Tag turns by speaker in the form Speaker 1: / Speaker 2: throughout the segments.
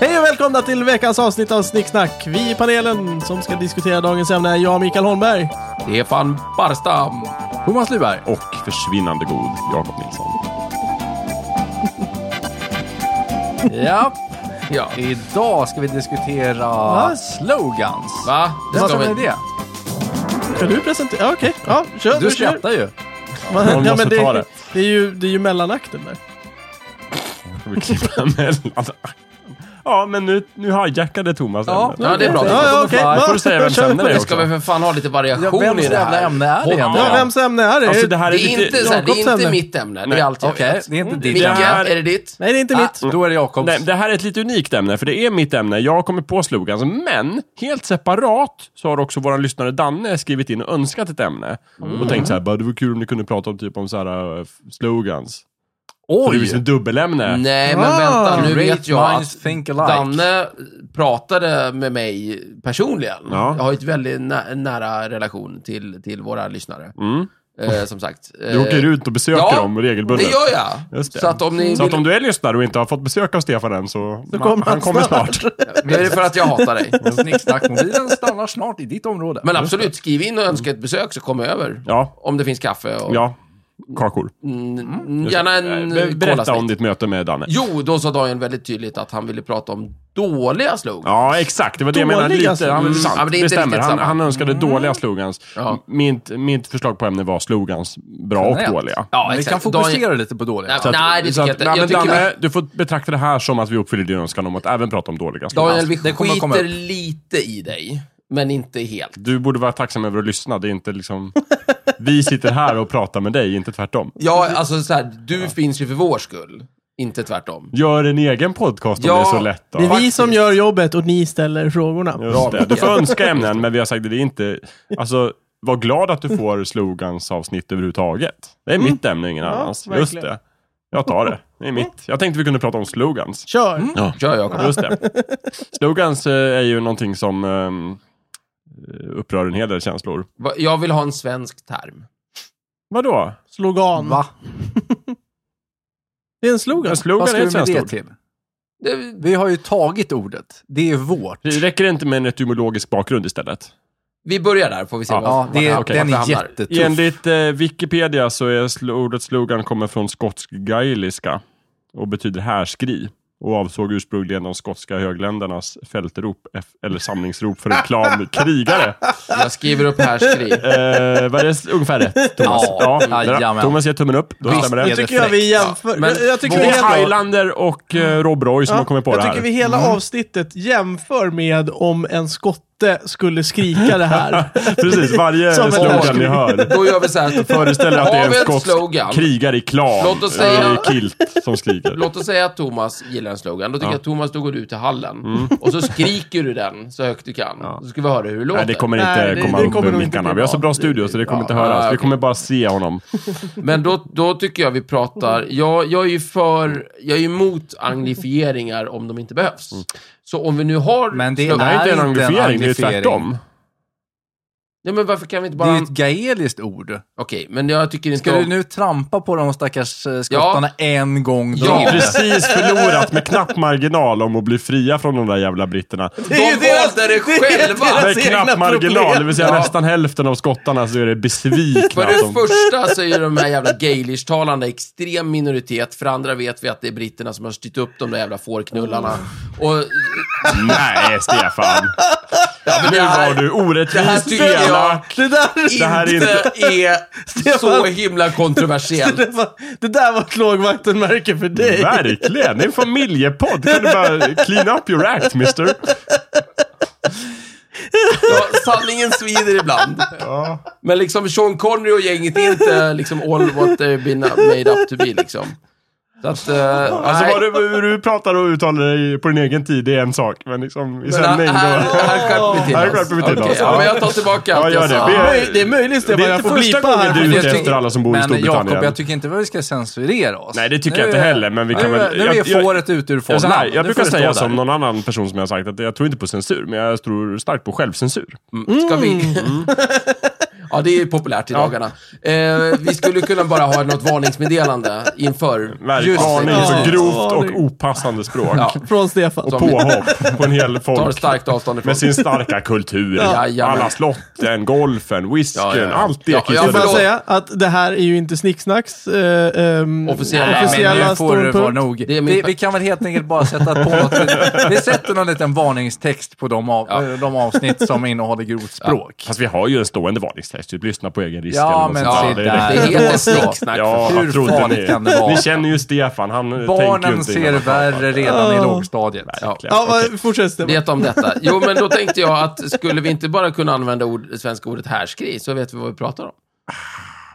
Speaker 1: Hej och välkomna till veckans avsnitt av Snicksnack. Vi i panelen som ska diskutera dagens ämne är jag, Mikael Holmberg.
Speaker 2: Stefan Barstam. Thomas Luberg.
Speaker 3: och försvinnande god Jakob Nilsson.
Speaker 2: Ja. ja. Idag ska vi diskutera slogans.
Speaker 4: Va?
Speaker 2: Det
Speaker 4: ska
Speaker 2: Vad
Speaker 4: vi-
Speaker 2: är det?
Speaker 1: Kan du presentera? Ja, Okej, ja, kör.
Speaker 2: Du
Speaker 1: kör.
Speaker 2: skrattar ju.
Speaker 1: Man
Speaker 3: Någon måste
Speaker 1: det,
Speaker 3: ta det.
Speaker 1: Det är ju, det är ju mellanakten där.
Speaker 3: Ska vi klippa mellan? Ja, men nu, nu hijackade Thomas
Speaker 2: Ja,
Speaker 3: ämnet.
Speaker 4: Ja, det är bra.
Speaker 1: Ja, ja, okej.
Speaker 2: Då
Speaker 3: får du säga vem
Speaker 1: Kör
Speaker 3: sändare
Speaker 1: på
Speaker 3: är
Speaker 1: det.
Speaker 3: också.
Speaker 4: Ska vi för fan ha lite variation
Speaker 2: Ja, vems
Speaker 4: i det
Speaker 2: jävla
Speaker 4: här?
Speaker 2: ämne är det
Speaker 4: Podden.
Speaker 2: egentligen?
Speaker 1: Ja, vems ämne är det?
Speaker 3: Alltså det här
Speaker 4: Det
Speaker 3: är,
Speaker 4: är inte,
Speaker 3: lite...
Speaker 4: så här, det är
Speaker 1: Jakobs
Speaker 4: inte
Speaker 1: ämne.
Speaker 4: mitt ämne, det
Speaker 3: Nej.
Speaker 4: är allt jag
Speaker 2: Okej,
Speaker 4: vet.
Speaker 2: det är inte ditt
Speaker 4: Micke,
Speaker 3: Det här-
Speaker 4: är det ditt?
Speaker 1: Nej, det är inte mitt.
Speaker 3: Ah,
Speaker 2: Då är det Jakobs.
Speaker 3: Nej, det här är ett lite unikt ämne, för det är mitt ämne. Jag kommer på slogans, men helt separat så har också vår lyssnare Danne skrivit in och önskat ett ämne.
Speaker 4: Mm.
Speaker 3: Och tänkt så här, bara, det vore kul om ni kunde prata om typ om så här, eh, slogans. För Det är ju som
Speaker 2: Oj!
Speaker 3: ett dubbelämne.
Speaker 4: Nej, men
Speaker 1: Ah.
Speaker 4: vänta, nu
Speaker 2: Great
Speaker 4: vet jag
Speaker 2: minds
Speaker 4: att
Speaker 2: think alike.
Speaker 4: Danne pratade med mig personligen.
Speaker 3: Ja.
Speaker 4: Jag har ju ett väldigt nä nära relation till, till våra lyssnare.
Speaker 3: Mm.
Speaker 4: Eh, som sagt.
Speaker 3: Du åker ut och besöker
Speaker 4: ja,
Speaker 3: dem
Speaker 4: Det
Speaker 3: regelbundet.
Speaker 4: gör jag.
Speaker 3: Just det.
Speaker 4: Så att om ni
Speaker 3: Så
Speaker 4: vill...
Speaker 3: att om du är lyssnare och inte har fått besök av Stefan än så...
Speaker 1: Så kommer
Speaker 3: han kommer snart.
Speaker 4: Det är för att jag hatar dig.
Speaker 2: Snicksnackmobilen stannar snart i ditt område.
Speaker 4: Men absolut, skriv in och önska ett besök så kommer jag över.
Speaker 3: Ja,
Speaker 4: Om det finns kaffe och...
Speaker 3: ja. Kakor.
Speaker 4: Mm, gärna en
Speaker 3: Eh, be-
Speaker 4: eh,
Speaker 3: Berätta
Speaker 4: kolasnitt.
Speaker 3: om ditt möte med Danne.
Speaker 4: Jo, då sa Daniel väldigt tydligt att han ville prata om dåliga slogans.
Speaker 3: Ja, exakt. Det var det jag menade.
Speaker 1: Dåliga
Speaker 3: Lite, han,
Speaker 4: slogans.
Speaker 3: sant,
Speaker 4: Ja, men det
Speaker 3: det,
Speaker 4: är inte
Speaker 3: stämmer.
Speaker 4: riktigt
Speaker 3: Han,
Speaker 4: samma.
Speaker 3: han önskade dåliga slogans.
Speaker 4: Ja.
Speaker 3: Mitt, mitt förslag på ämne var slogans bra och
Speaker 2: Generellt.
Speaker 3: dåliga.
Speaker 4: Ja,
Speaker 2: Men vi kan
Speaker 4: exakt.
Speaker 2: fokusera
Speaker 4: Daniel-
Speaker 2: lite på dåliga.
Speaker 4: Nej,
Speaker 3: Så att-
Speaker 4: nej, det
Speaker 3: så
Speaker 4: tycker jag
Speaker 3: att-
Speaker 4: inte.
Speaker 3: nej,
Speaker 4: Jag
Speaker 3: men
Speaker 4: tycker
Speaker 3: Danne,
Speaker 4: vi,
Speaker 3: du får betrakta det här som att vi uppfyller din önskan om att även prata om dåliga slogans.
Speaker 4: Daniel, vi
Speaker 2: det kommer att komma
Speaker 4: skiter
Speaker 2: upp.
Speaker 4: lite i dig, men inte helt.
Speaker 3: Du borde vara tacksam över att lyssna. Det är inte liksom... Vi sitter här och pratar med dig, inte tvärtom.
Speaker 4: Ja, alltså så här, du finns ju för vår skull, inte tvärtom.
Speaker 3: Gör en egen podcast om
Speaker 4: Ja,
Speaker 3: det är så lätt. Då.
Speaker 1: Det är vi
Speaker 4: Faktiskt.
Speaker 1: som gör jobbet och ni ställer frågorna.
Speaker 3: Just det. Du får
Speaker 4: Mikael.
Speaker 3: önska ämnen, men vi har sagt att det är inte... Alltså, var glad att du får slogansavsnitt överhuvudtaget. Det är mitt
Speaker 2: Mm.
Speaker 3: ämne, ingen annans. Just
Speaker 1: verkligen.
Speaker 3: det. Jag tar det. Det är mitt. Jag tänkte vi kunde prata om slogans.
Speaker 1: Kör!
Speaker 4: Kör Jakob.
Speaker 3: Just det. Slogans eh, är ju någonting som ehm, eh, upprör en hel del känslor.
Speaker 4: Va- Jag vill ha en svensk term.
Speaker 3: Vadå?
Speaker 1: Slogan.
Speaker 2: Va?
Speaker 1: Det är en slogan.
Speaker 3: En slogan
Speaker 2: Vad
Speaker 3: är
Speaker 2: ska
Speaker 3: ett
Speaker 2: vi med
Speaker 3: svenskt
Speaker 2: det
Speaker 3: ord.
Speaker 2: till?
Speaker 4: Det-
Speaker 2: Vi har ju tagit ordet. Det är vårt.
Speaker 3: Det räcker inte med en etymologisk bakgrund istället?
Speaker 4: Vi börjar där, får vi se
Speaker 3: Ja,
Speaker 4: vad
Speaker 2: Ja, det är,
Speaker 4: vart det
Speaker 2: den är
Speaker 4: hamnar.
Speaker 2: jättetuff.
Speaker 3: Enligt eh, Wikipedia så är sl- ordet slogan kommer från skotsk-gaeliska och betyder härskri och avsåg ursprungligen de skotska högländernas fältrop eff- eller samlingsrop för en klan krigare.
Speaker 4: Jag skriver upp här skriv.
Speaker 3: Eh, var det s- ungefär rätt, Thomas?
Speaker 2: Ja, jajamän.
Speaker 3: där. Thomas ger tummen upp. Då
Speaker 2: Visst,
Speaker 3: stämmer
Speaker 1: Nu
Speaker 3: det.
Speaker 2: det-
Speaker 1: tycker jag vi jämför.
Speaker 4: Ja, men
Speaker 1: jag tycker
Speaker 3: Det
Speaker 1: vi
Speaker 3: är
Speaker 1: jämför.
Speaker 3: Highlander och eh, Rob Roy som har kommit på
Speaker 1: jag
Speaker 3: det här. Mm.
Speaker 1: tycker vi hela avsnittet jämför med om en skotte skulle skrika det här.
Speaker 3: Precis, varje
Speaker 1: Som en
Speaker 3: slogan
Speaker 1: avskrift.
Speaker 3: ni hör.
Speaker 4: Då gör vi så här.
Speaker 3: Föreställ er att det
Speaker 4: Har
Speaker 3: är
Speaker 4: vi
Speaker 3: en
Speaker 4: ett
Speaker 3: skotsk
Speaker 4: slogan?
Speaker 3: krigare i klan.
Speaker 4: Låt oss säga-
Speaker 3: eh, I kilt som skriker.
Speaker 4: Låt oss säga att Thomas gillar en slogan. Då tycker jag att Thomas, då går du ut till hallen. Och så skriker du den så högt du kan.
Speaker 3: Ja.
Speaker 4: Så ska vi höra hur det låter.
Speaker 3: Nej, det kommer inte
Speaker 1: Nej, det-
Speaker 3: komma
Speaker 1: det
Speaker 3: upp
Speaker 1: kommer
Speaker 3: ur
Speaker 1: nog inte
Speaker 3: mickarna.
Speaker 1: bli
Speaker 3: Vi har så
Speaker 1: bra.
Speaker 3: bra studio så det kommer inte
Speaker 4: Ja,
Speaker 3: höras. Vi
Speaker 4: okej.
Speaker 3: kommer bara se honom.
Speaker 4: Men då, då tycker jag vi pratar... Jag, jag är ju för... Jag är ju emot anglifieringar om de inte behövs. Så om vi nu har...
Speaker 2: Men det
Speaker 4: slog-
Speaker 3: Det
Speaker 2: är-
Speaker 3: är inte en
Speaker 2: inte en
Speaker 3: anglifiering, det är
Speaker 2: anglifiering.
Speaker 3: tvärtom.
Speaker 4: Ja, men varför kan vi inte
Speaker 2: Det är
Speaker 4: bara...
Speaker 2: ju ett gaeliskt ord.
Speaker 4: Okej, men jag tycker inte
Speaker 2: Ska
Speaker 4: om...
Speaker 2: du nu trampa på de stackars eh, skottarna en gång
Speaker 4: Ja.
Speaker 3: De
Speaker 2: till?
Speaker 3: har precis förlorat med knapp marginal om att bli fria från de där jävla britterna.
Speaker 1: Det
Speaker 4: De
Speaker 1: är ju deras,
Speaker 4: valde det själva!
Speaker 1: deras
Speaker 3: Med
Speaker 1: egna
Speaker 3: knapp marginal,
Speaker 1: problem.
Speaker 3: det vill säga nästan hälften av skottarna så är det
Speaker 4: För
Speaker 3: besvikna.
Speaker 4: det
Speaker 3: som-
Speaker 4: första så är ju de här jävla gaelish-talande extrem minoritet. För andra vet vi att det är britterna som har styrt upp de där jävla fårknullarna. Och
Speaker 3: Nej, Stefan. Nu
Speaker 4: det här-
Speaker 3: var du
Speaker 4: det här
Speaker 3: orättvis,
Speaker 4: tycker jag-
Speaker 3: elak.
Speaker 1: Det där,
Speaker 3: Det här är inte-
Speaker 4: inte är så
Speaker 1: Stefan-
Speaker 4: himla kontroversiellt.
Speaker 1: det, var, det där var ett lågvattenmärke för dig.
Speaker 3: Verkligen, det är en familjepodd. Kan du bara clean up your act, mister?
Speaker 4: Ja, sanningen svider ibland. Men liksom Sean Connery och gänget är inte liksom all what they've been made up to be liksom. Så att, eh,
Speaker 3: Alltså
Speaker 4: nej.
Speaker 3: vad du, hur du pratar och uttalar dig på din egen tid, det är en sak. Men liksom i
Speaker 4: Men äh, här-
Speaker 3: sändning då...
Speaker 4: Här här skärper vi till
Speaker 3: Här
Speaker 4: oss.
Speaker 3: skärper vi till
Speaker 4: Okej,
Speaker 3: oss.
Speaker 4: Ja, men jag tar tillbaka
Speaker 3: Ja,
Speaker 4: allt
Speaker 3: gör
Speaker 4: jag
Speaker 3: det.
Speaker 4: sa.
Speaker 3: Vi är-
Speaker 1: Möj- Det är möjligt
Speaker 3: Det
Speaker 1: Stefan,
Speaker 3: är
Speaker 1: jag
Speaker 3: inte
Speaker 1: får
Speaker 3: första
Speaker 1: blipa
Speaker 3: gången
Speaker 1: här.
Speaker 3: du är ute
Speaker 2: Jag
Speaker 3: efter
Speaker 2: tycker-
Speaker 3: alla som bor i
Speaker 2: Men
Speaker 3: Storbritannien.
Speaker 2: Jakob, jag tycker inte vi ska censurera oss.
Speaker 3: Nej, det tycker
Speaker 2: Nu
Speaker 3: jag inte
Speaker 2: är-
Speaker 3: heller, men vi
Speaker 2: nu,
Speaker 3: kan väl-
Speaker 2: Nu är
Speaker 3: jag- jag-
Speaker 2: fåret ute ur
Speaker 3: Jag,
Speaker 2: fållan.
Speaker 3: så här, jag
Speaker 2: Nu
Speaker 3: brukar
Speaker 2: får det
Speaker 3: säga
Speaker 2: stå
Speaker 3: som
Speaker 2: där.
Speaker 3: någon annan person som jag har
Speaker 2: Mm.
Speaker 3: sagt att jag tror inte på censur, men jag tror starkt på självcensur.
Speaker 4: Ska vi... Ja, det är populärt i dagarna. Eh, vi skulle kunna bara ha något varningsmeddelande inför...
Speaker 3: Verkligen. Varning
Speaker 1: Ja.
Speaker 3: för grovt
Speaker 1: Varning.
Speaker 3: och opassande språk.
Speaker 4: Ja.
Speaker 1: Från Stefan.
Speaker 4: Så-
Speaker 3: Påhopp på en hel
Speaker 4: Tar
Speaker 3: folk.
Speaker 4: starkt avstånd ifrån.
Speaker 3: Med sin starka kultur.
Speaker 4: Jajamän.
Speaker 3: Alla slotten, golfen, whiskyn,
Speaker 4: Ja, ja, ja.
Speaker 3: allt det
Speaker 4: Ja,
Speaker 3: kissar
Speaker 4: ja,
Speaker 1: Jag vill bara
Speaker 4: förlåt.
Speaker 3: ut.
Speaker 1: säga att det här är ju inte Snicksnacks eh, ehm,
Speaker 4: Officiella- Nej,
Speaker 2: men
Speaker 1: officiella
Speaker 2: nu får det vara
Speaker 1: ståndpunkt.
Speaker 2: nog.
Speaker 4: Det är min-
Speaker 2: Vi, vi kan väl helt enkelt bara sätta på något. Vi sätter någon liten varningstext på de, av,
Speaker 4: Ja.
Speaker 2: de avsnitt som innehåller grovt språk.
Speaker 3: Fast vi har ju en stående varningstext. Typ lyssna på egen risk.
Speaker 2: Ja,
Speaker 3: eller något
Speaker 2: men
Speaker 3: sånt
Speaker 4: Ja,
Speaker 2: se
Speaker 4: det,
Speaker 3: där. är
Speaker 2: där.
Speaker 3: riktigt-
Speaker 4: heter
Speaker 2: Ja.
Speaker 4: snicksnack.
Speaker 3: Ja,
Speaker 2: Hur
Speaker 3: vad trodde
Speaker 2: farligt
Speaker 3: ni?
Speaker 2: kan det vara?
Speaker 3: Ni känner ju Stefan. Han eh, tänker ju
Speaker 2: Barnen
Speaker 3: inte
Speaker 2: ser
Speaker 3: innan han pratar.
Speaker 2: värre redan i
Speaker 1: Ja.
Speaker 2: lågstadiet.
Speaker 4: Ja.
Speaker 1: Ja, vad- fortsätt Stefan.
Speaker 4: Vet om detta. Jo, men då tänkte jag att skulle vi inte bara kunna använda ord, det svenska ordet härskri, så vet vi vad vi pratar om.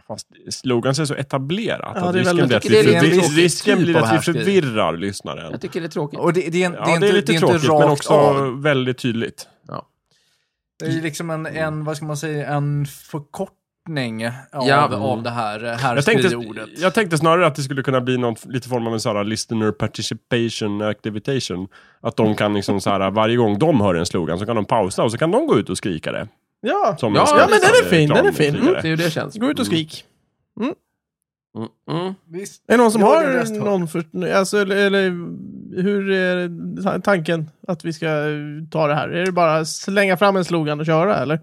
Speaker 3: Fast slogans är så etablerat
Speaker 1: Ja,
Speaker 3: att
Speaker 1: det är
Speaker 3: risken
Speaker 1: väldigt-
Speaker 3: blir att
Speaker 4: Jag tycker
Speaker 3: vi,
Speaker 4: det är en
Speaker 3: ris-
Speaker 2: tråkig
Speaker 3: risken
Speaker 2: typ
Speaker 3: blir
Speaker 2: av
Speaker 3: att vi
Speaker 2: härskarteknik.
Speaker 3: förvirrar lyssnaren.
Speaker 4: Jag tycker det är tråkigt.
Speaker 2: Och det, det, är, en-
Speaker 3: Ja,
Speaker 2: det, är, inte,
Speaker 3: lite
Speaker 2: det är
Speaker 3: tråkigt
Speaker 2: inte rakt
Speaker 3: men också
Speaker 2: av.
Speaker 3: väldigt tydligt.
Speaker 2: Det är liksom en, en, vad ska man säga, en förkortning av,
Speaker 4: Ja. Mm,
Speaker 2: av det här eh,
Speaker 3: Jag
Speaker 2: härskri-
Speaker 3: tänkte,
Speaker 2: ordet.
Speaker 3: jag tänkte snarare att det skulle kunna bli någon, lite form av en sån här listener participation activation. Att de kan liksom så här, varje gång de hör en slogan så kan de pausa och så kan de gå ut och skrika det.
Speaker 1: Ja,
Speaker 3: Som
Speaker 4: Ja,
Speaker 3: en
Speaker 4: ja, men
Speaker 1: den är fin, den är fin.
Speaker 3: reklamskrikare.
Speaker 4: Det är ju det känns.
Speaker 1: gå ut och skrik.
Speaker 4: Mm, mm.
Speaker 2: Visst.
Speaker 1: Är det någon som
Speaker 2: Jag har en röst
Speaker 1: har
Speaker 2: här.
Speaker 1: någon för, alltså, eller, eller hur är ta- tanken att vi ska eh, ta det här? Är det bara slänga fram en slogan och köra eller?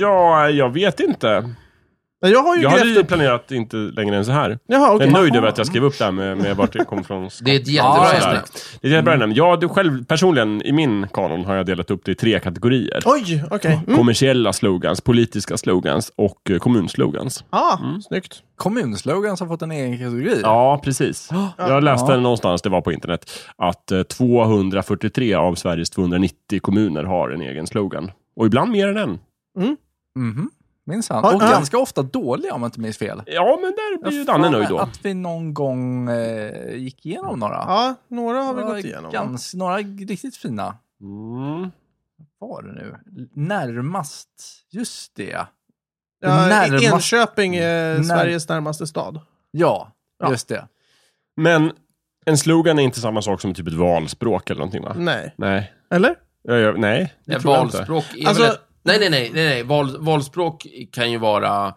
Speaker 3: Ja, jag vet inte.
Speaker 1: Nej, Jag har ju
Speaker 3: Jag hade
Speaker 1: grävt
Speaker 3: ju
Speaker 1: upp...
Speaker 3: planerat inte längre än så här.
Speaker 1: Jaha, okej.
Speaker 3: Jag är nöjd över att jag skrev upp det här med, med vart det kom från.
Speaker 4: Det är ett jättebra
Speaker 2: Ja,
Speaker 4: ämne.
Speaker 3: Det är ett bra ämne. Jag du själv, personligen i min kanon har jag delat upp det i tre kategorier.
Speaker 1: Oj, okej. Mm.
Speaker 3: Kommersiella slogans, politiska slogans och eh, kommunslogans.
Speaker 1: Ah,
Speaker 4: Mm.
Speaker 1: snyggt.
Speaker 2: Kommunslogans har fått en egen kategori.
Speaker 3: Ja, precis. Jag läste
Speaker 2: Ja.
Speaker 3: någonstans, det var på internet, att eh, 243 av Sveriges 290 kommuner har en egen slogan. Och ibland mer än en.
Speaker 2: Mhm. Minsann.
Speaker 1: Ja,
Speaker 2: Och
Speaker 1: ja.
Speaker 2: ganska ofta dåliga om jag inte minns fel.
Speaker 3: Ja, men där blir ju
Speaker 2: Jag
Speaker 3: Danne
Speaker 2: fan
Speaker 3: nöjd då.
Speaker 2: att vi någon gång eh, gick igenom några.
Speaker 1: Ja, några har vi
Speaker 2: Några
Speaker 1: gått igenom. va?
Speaker 2: Gans, några riktigt fina.
Speaker 3: Mm.
Speaker 2: Vad var det nu? Närmast. Just det.
Speaker 1: Ja,
Speaker 2: Närmast-
Speaker 1: Enköping är
Speaker 2: När-
Speaker 1: Sveriges närmaste stad.
Speaker 2: Ja,
Speaker 1: Ja.
Speaker 2: just det.
Speaker 3: Men en slogan är inte samma sak som typ ett valspråk eller någonting, va?
Speaker 1: Nej.
Speaker 3: Nej.
Speaker 1: Eller?
Speaker 3: Jag, jag, nej, det
Speaker 4: Nej,
Speaker 3: tror jag inte.
Speaker 4: valspråk är
Speaker 1: Alltså-
Speaker 4: väl ett... Nej, nej, nej. nej, nej. Val, valspråk kan ju vara...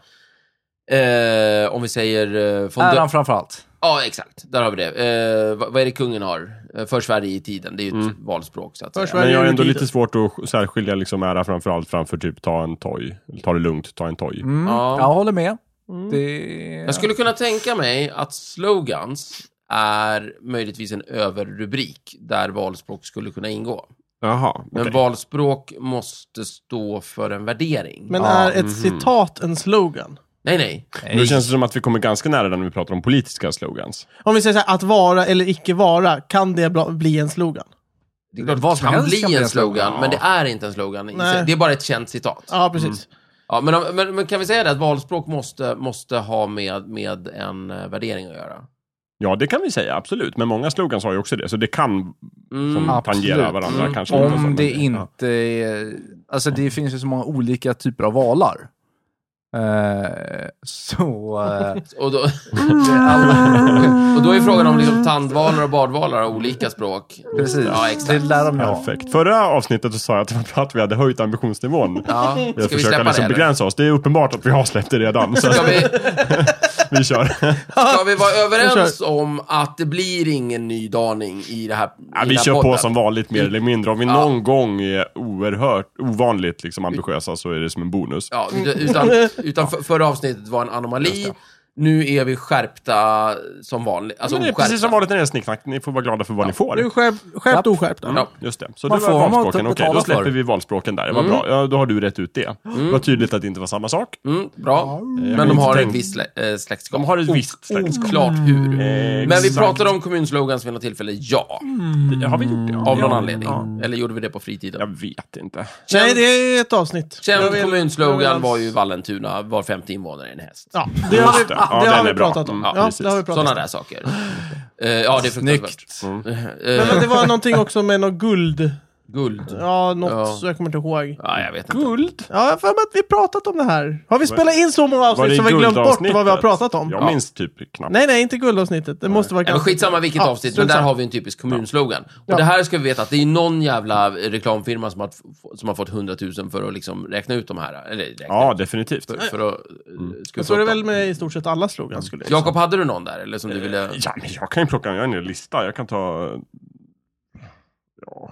Speaker 4: Eh, om vi säger... Eh, von Dö-
Speaker 2: Äran framför allt.
Speaker 4: ja, exakt. Där har vi det. Eh, vad, vad är det kungen har? Eh, För Sverige i tiden. Det är ju ett valspråk, så att
Speaker 1: För
Speaker 4: säga.
Speaker 1: Sverige.
Speaker 3: Men jag har
Speaker 1: ju
Speaker 3: ändå
Speaker 1: tiden.
Speaker 3: lite svårt att särskilja liksom ära framför allt framför typ ta en toj. Ta det lugnt, ta en toj.
Speaker 2: Mm.
Speaker 4: Ja.
Speaker 2: Jag håller med.
Speaker 1: Mm.
Speaker 2: Det...
Speaker 4: Jag skulle kunna tänka mig att slogans är möjligtvis en överrubrik där valspråk skulle kunna ingå.
Speaker 3: Jaha,
Speaker 4: Men valspråk måste stå för en värdering.
Speaker 1: Men
Speaker 2: Ja,
Speaker 1: är
Speaker 3: mhm.
Speaker 1: ett citat en slogan?
Speaker 4: Nej, nej.
Speaker 3: Nu känns det som att vi kommer ganska nära där när vi pratar om politiska slogans.
Speaker 1: Om vi säger så här, att vara eller icke vara, kan det bla- bli en slogan?
Speaker 4: Det är klart,
Speaker 2: Vad som
Speaker 4: kan
Speaker 2: helst
Speaker 4: bli
Speaker 2: kan bli
Speaker 4: en
Speaker 2: en
Speaker 4: slogan,
Speaker 2: slogan,
Speaker 4: men det är inte en slogan. i sig.
Speaker 1: Nej.
Speaker 4: Det är bara ett känt citat. Ja.
Speaker 1: Ja,
Speaker 3: Mm.
Speaker 1: precis.
Speaker 4: men, om- men, men kan vi säga det att valspråk måste, måste ha med, med en eh, värdering att göra?
Speaker 3: Ja, det kan vi säga, absolut. Men många slogans har ju också det, så det kan som
Speaker 4: Mm.
Speaker 2: Ja.
Speaker 3: tangera
Speaker 2: absolut.
Speaker 3: varandra.
Speaker 4: Mm.
Speaker 3: Kanske lite så,
Speaker 2: Om
Speaker 3: men-
Speaker 2: det
Speaker 3: Ja.
Speaker 2: inte är... Alltså det finns ju så många olika typer av valar. Eh, så... Eh,
Speaker 4: Och, då, och då är frågan om liksom tandvalar och badvalar har olika språk.
Speaker 2: precis.
Speaker 4: Ja,
Speaker 2: det
Speaker 4: exakt.
Speaker 2: lär de ju ha.
Speaker 3: Perfekt. Förra avsnittet så sa jag att, det var bra att vi hade höjt ambitionsnivån.
Speaker 4: Ja.
Speaker 3: Jag
Speaker 4: Ska vi släppa
Speaker 3: försöker liksom
Speaker 4: det? eller?
Speaker 3: begränsa oss. Det är uppenbart att vi har släppt det redan, så
Speaker 4: Ska vi,
Speaker 3: vi kör.
Speaker 4: Ska vi vara överens
Speaker 1: kör.
Speaker 4: om att det blir ingen nydaning i det här
Speaker 3: Ja,
Speaker 4: i
Speaker 3: vi
Speaker 4: den här
Speaker 3: kör på
Speaker 4: podden?
Speaker 3: som vanligt, mer eller mindre. Om vi någon gång är oerhört ovanligt liksom, ambitiösa så är det som en bonus.
Speaker 4: Ja, utan, utan för, förra avsnittet var en anomali. Nu är vi skärpta som vanligt. Alltså,
Speaker 3: Men det är
Speaker 4: skärpta.
Speaker 3: precis som vanligt när det är snicknack. Ni får vara glada för vad ni får.
Speaker 1: Nu skärp, skärpt
Speaker 2: Ja.
Speaker 1: oskärpt.
Speaker 4: Ja.
Speaker 3: Just det. Så
Speaker 2: Man
Speaker 3: det
Speaker 2: får
Speaker 3: var
Speaker 2: vad man
Speaker 3: valspråken. Okej,
Speaker 2: betalar
Speaker 3: då släpper
Speaker 2: för.
Speaker 3: vi valspråken där. Det var bra. Ja, då har du rätt ut det. Det var tydligt att det inte var samma sak.
Speaker 4: Mm, bra. Men de
Speaker 3: minns
Speaker 4: har
Speaker 3: tänk-
Speaker 4: ett visst slä- eh, släktskap.
Speaker 3: De har ett visst släktskap.
Speaker 4: Oklart hur.
Speaker 3: Eh,
Speaker 4: Mm. Men vi
Speaker 3: exakt.
Speaker 4: pratade om kommunslogans vid något tillfälle, ja.
Speaker 3: Det- Har vi gjort det? Ja.
Speaker 4: Av någon
Speaker 3: Ja.
Speaker 4: anledning.
Speaker 3: Ja.
Speaker 4: Eller gjorde vi det på fritiden?
Speaker 3: Jag vet inte.
Speaker 1: Nej,
Speaker 4: Känd-
Speaker 1: det är ett avsnitt. Jag
Speaker 4: Känd
Speaker 1: vill- jag
Speaker 4: kommunslogan
Speaker 1: vill-
Speaker 4: var ju Vallentuna, var femte invånare är en häst.
Speaker 1: Ja, det har vi,
Speaker 3: Just det. Ja,
Speaker 1: det
Speaker 3: den
Speaker 1: har vi
Speaker 3: är bra.
Speaker 1: pratat om.
Speaker 3: Mm,
Speaker 1: Ja,
Speaker 3: precis.
Speaker 1: det har vi pratat
Speaker 4: Sådana
Speaker 1: om.
Speaker 4: där saker. Eh, ja, det är fruktansvärt.
Speaker 2: Snyggt.
Speaker 4: Eh,
Speaker 1: Men, men det var någonting också med något guld.
Speaker 4: Guld.
Speaker 1: Ja, något
Speaker 4: Ja.
Speaker 1: så jag kommer inte ihåg.
Speaker 4: Ja, jag vet inte.
Speaker 3: Guld?
Speaker 1: Ja, jag har för mig att vi pratat om det här. Har vi spelat in så många
Speaker 3: Var det
Speaker 1: avsnitt som vi glömt bort vad vi har
Speaker 3: guldavsnittet?
Speaker 1: pratat om?
Speaker 3: Jag minns typ knappt.
Speaker 1: Nej, nej, inte guldavsnittet. Det måste vara...
Speaker 4: Ja, men skitsamma vilket
Speaker 1: Ja,
Speaker 4: avsnitt, men
Speaker 1: strunt
Speaker 4: där
Speaker 1: samma.
Speaker 4: har vi en typisk kommunslogan.
Speaker 1: Ja.
Speaker 4: Och det här ska vi veta att det är någon jävla reklamfirma som har, f- som har fått 100 000 för att liksom räkna ut de här. Eller räkna,
Speaker 3: Ja, definitivt.
Speaker 4: för, för att mm.
Speaker 1: Så är det väl med i stort sett alla slogans skulle jag säga.
Speaker 4: Jakob, hade du någon där? Eller som du ville...
Speaker 3: Ja, men jag kan ju plocka, jag har en hel lista. Jag kan ta... eh, Ja,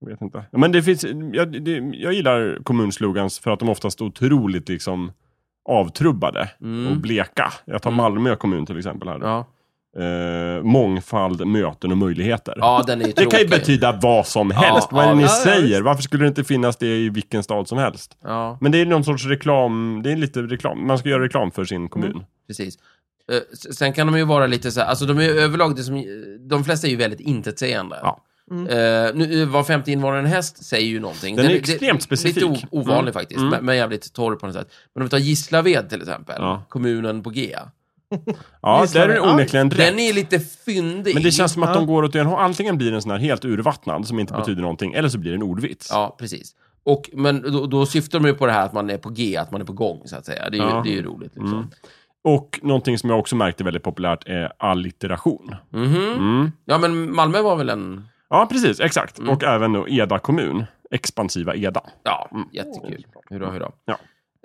Speaker 3: jag vet inte. Ja, Men det finns, jag, det, jag gillar kommunslogans för att de oftast är otroligt liksom avtrubbade och
Speaker 4: Mm.
Speaker 3: bleka. Jag tar
Speaker 4: Mm.
Speaker 3: Malmö kommun till exempel här.
Speaker 4: Ja.
Speaker 3: Eh, mångfald, möten och möjligheter.
Speaker 4: ja, den är ju
Speaker 3: det kan ju
Speaker 4: tråkig.
Speaker 3: betyda vad som helst,
Speaker 4: Ja,
Speaker 3: vad
Speaker 4: ja,
Speaker 3: ni
Speaker 1: ja, ja,
Speaker 3: säger.
Speaker 1: visst.
Speaker 3: Varför skulle det inte finnas det i vilken stad som helst?
Speaker 4: Ja,
Speaker 3: Men det är någon sorts reklam, det är lite reklam. Man ska göra reklam för sin kommun.
Speaker 4: Mm. precis. Eh, s- Sen kan de ju vara lite så här, alltså de är ju överlag, det som, eh, de flesta är ju väldigt intetsägande.
Speaker 3: Ja.
Speaker 1: Mm.
Speaker 4: Eh, nu, eh, var femte invånare en häst säger ju någonting.
Speaker 3: Den är
Speaker 4: det-
Speaker 3: extremt specifik.
Speaker 4: Lite o- ovanlig
Speaker 3: Mm.
Speaker 4: faktiskt,
Speaker 3: Mm.
Speaker 4: Men, men jävligt torr på något sätt. Men om vi tar Gislaved till exempel,
Speaker 3: Ja.
Speaker 4: kommunen på G.
Speaker 3: Ja,
Speaker 1: Visst,
Speaker 3: där är det
Speaker 1: ja.
Speaker 3: onekligen rätt.
Speaker 4: Den är lite fyndig.
Speaker 3: Men det känns som att
Speaker 1: Ja.
Speaker 3: de går åt en Antingen blir den sån här helt urvattnad som inte
Speaker 4: Ja.
Speaker 3: betyder någonting, eller så blir det en ordvits.
Speaker 4: Ja, precis. Och, men då, då syftar de ju på det här att man är på G, att man är på gång, så att säga. Det är ju,
Speaker 3: Ja.
Speaker 4: det är ju roligt. Liksom.
Speaker 3: Mm. Och någonting som jag också märkte är väldigt populärt är allitteration.
Speaker 4: Mhm.
Speaker 3: Mm.
Speaker 4: Ja, men Malmö var väl en...
Speaker 3: Ja, precis. Exakt.
Speaker 4: Mm.
Speaker 3: Och även då Eda kommun. Expansiva Eda.
Speaker 4: Ja,
Speaker 3: Mm.
Speaker 4: jättekul. Hurra, hurra.
Speaker 3: Ja.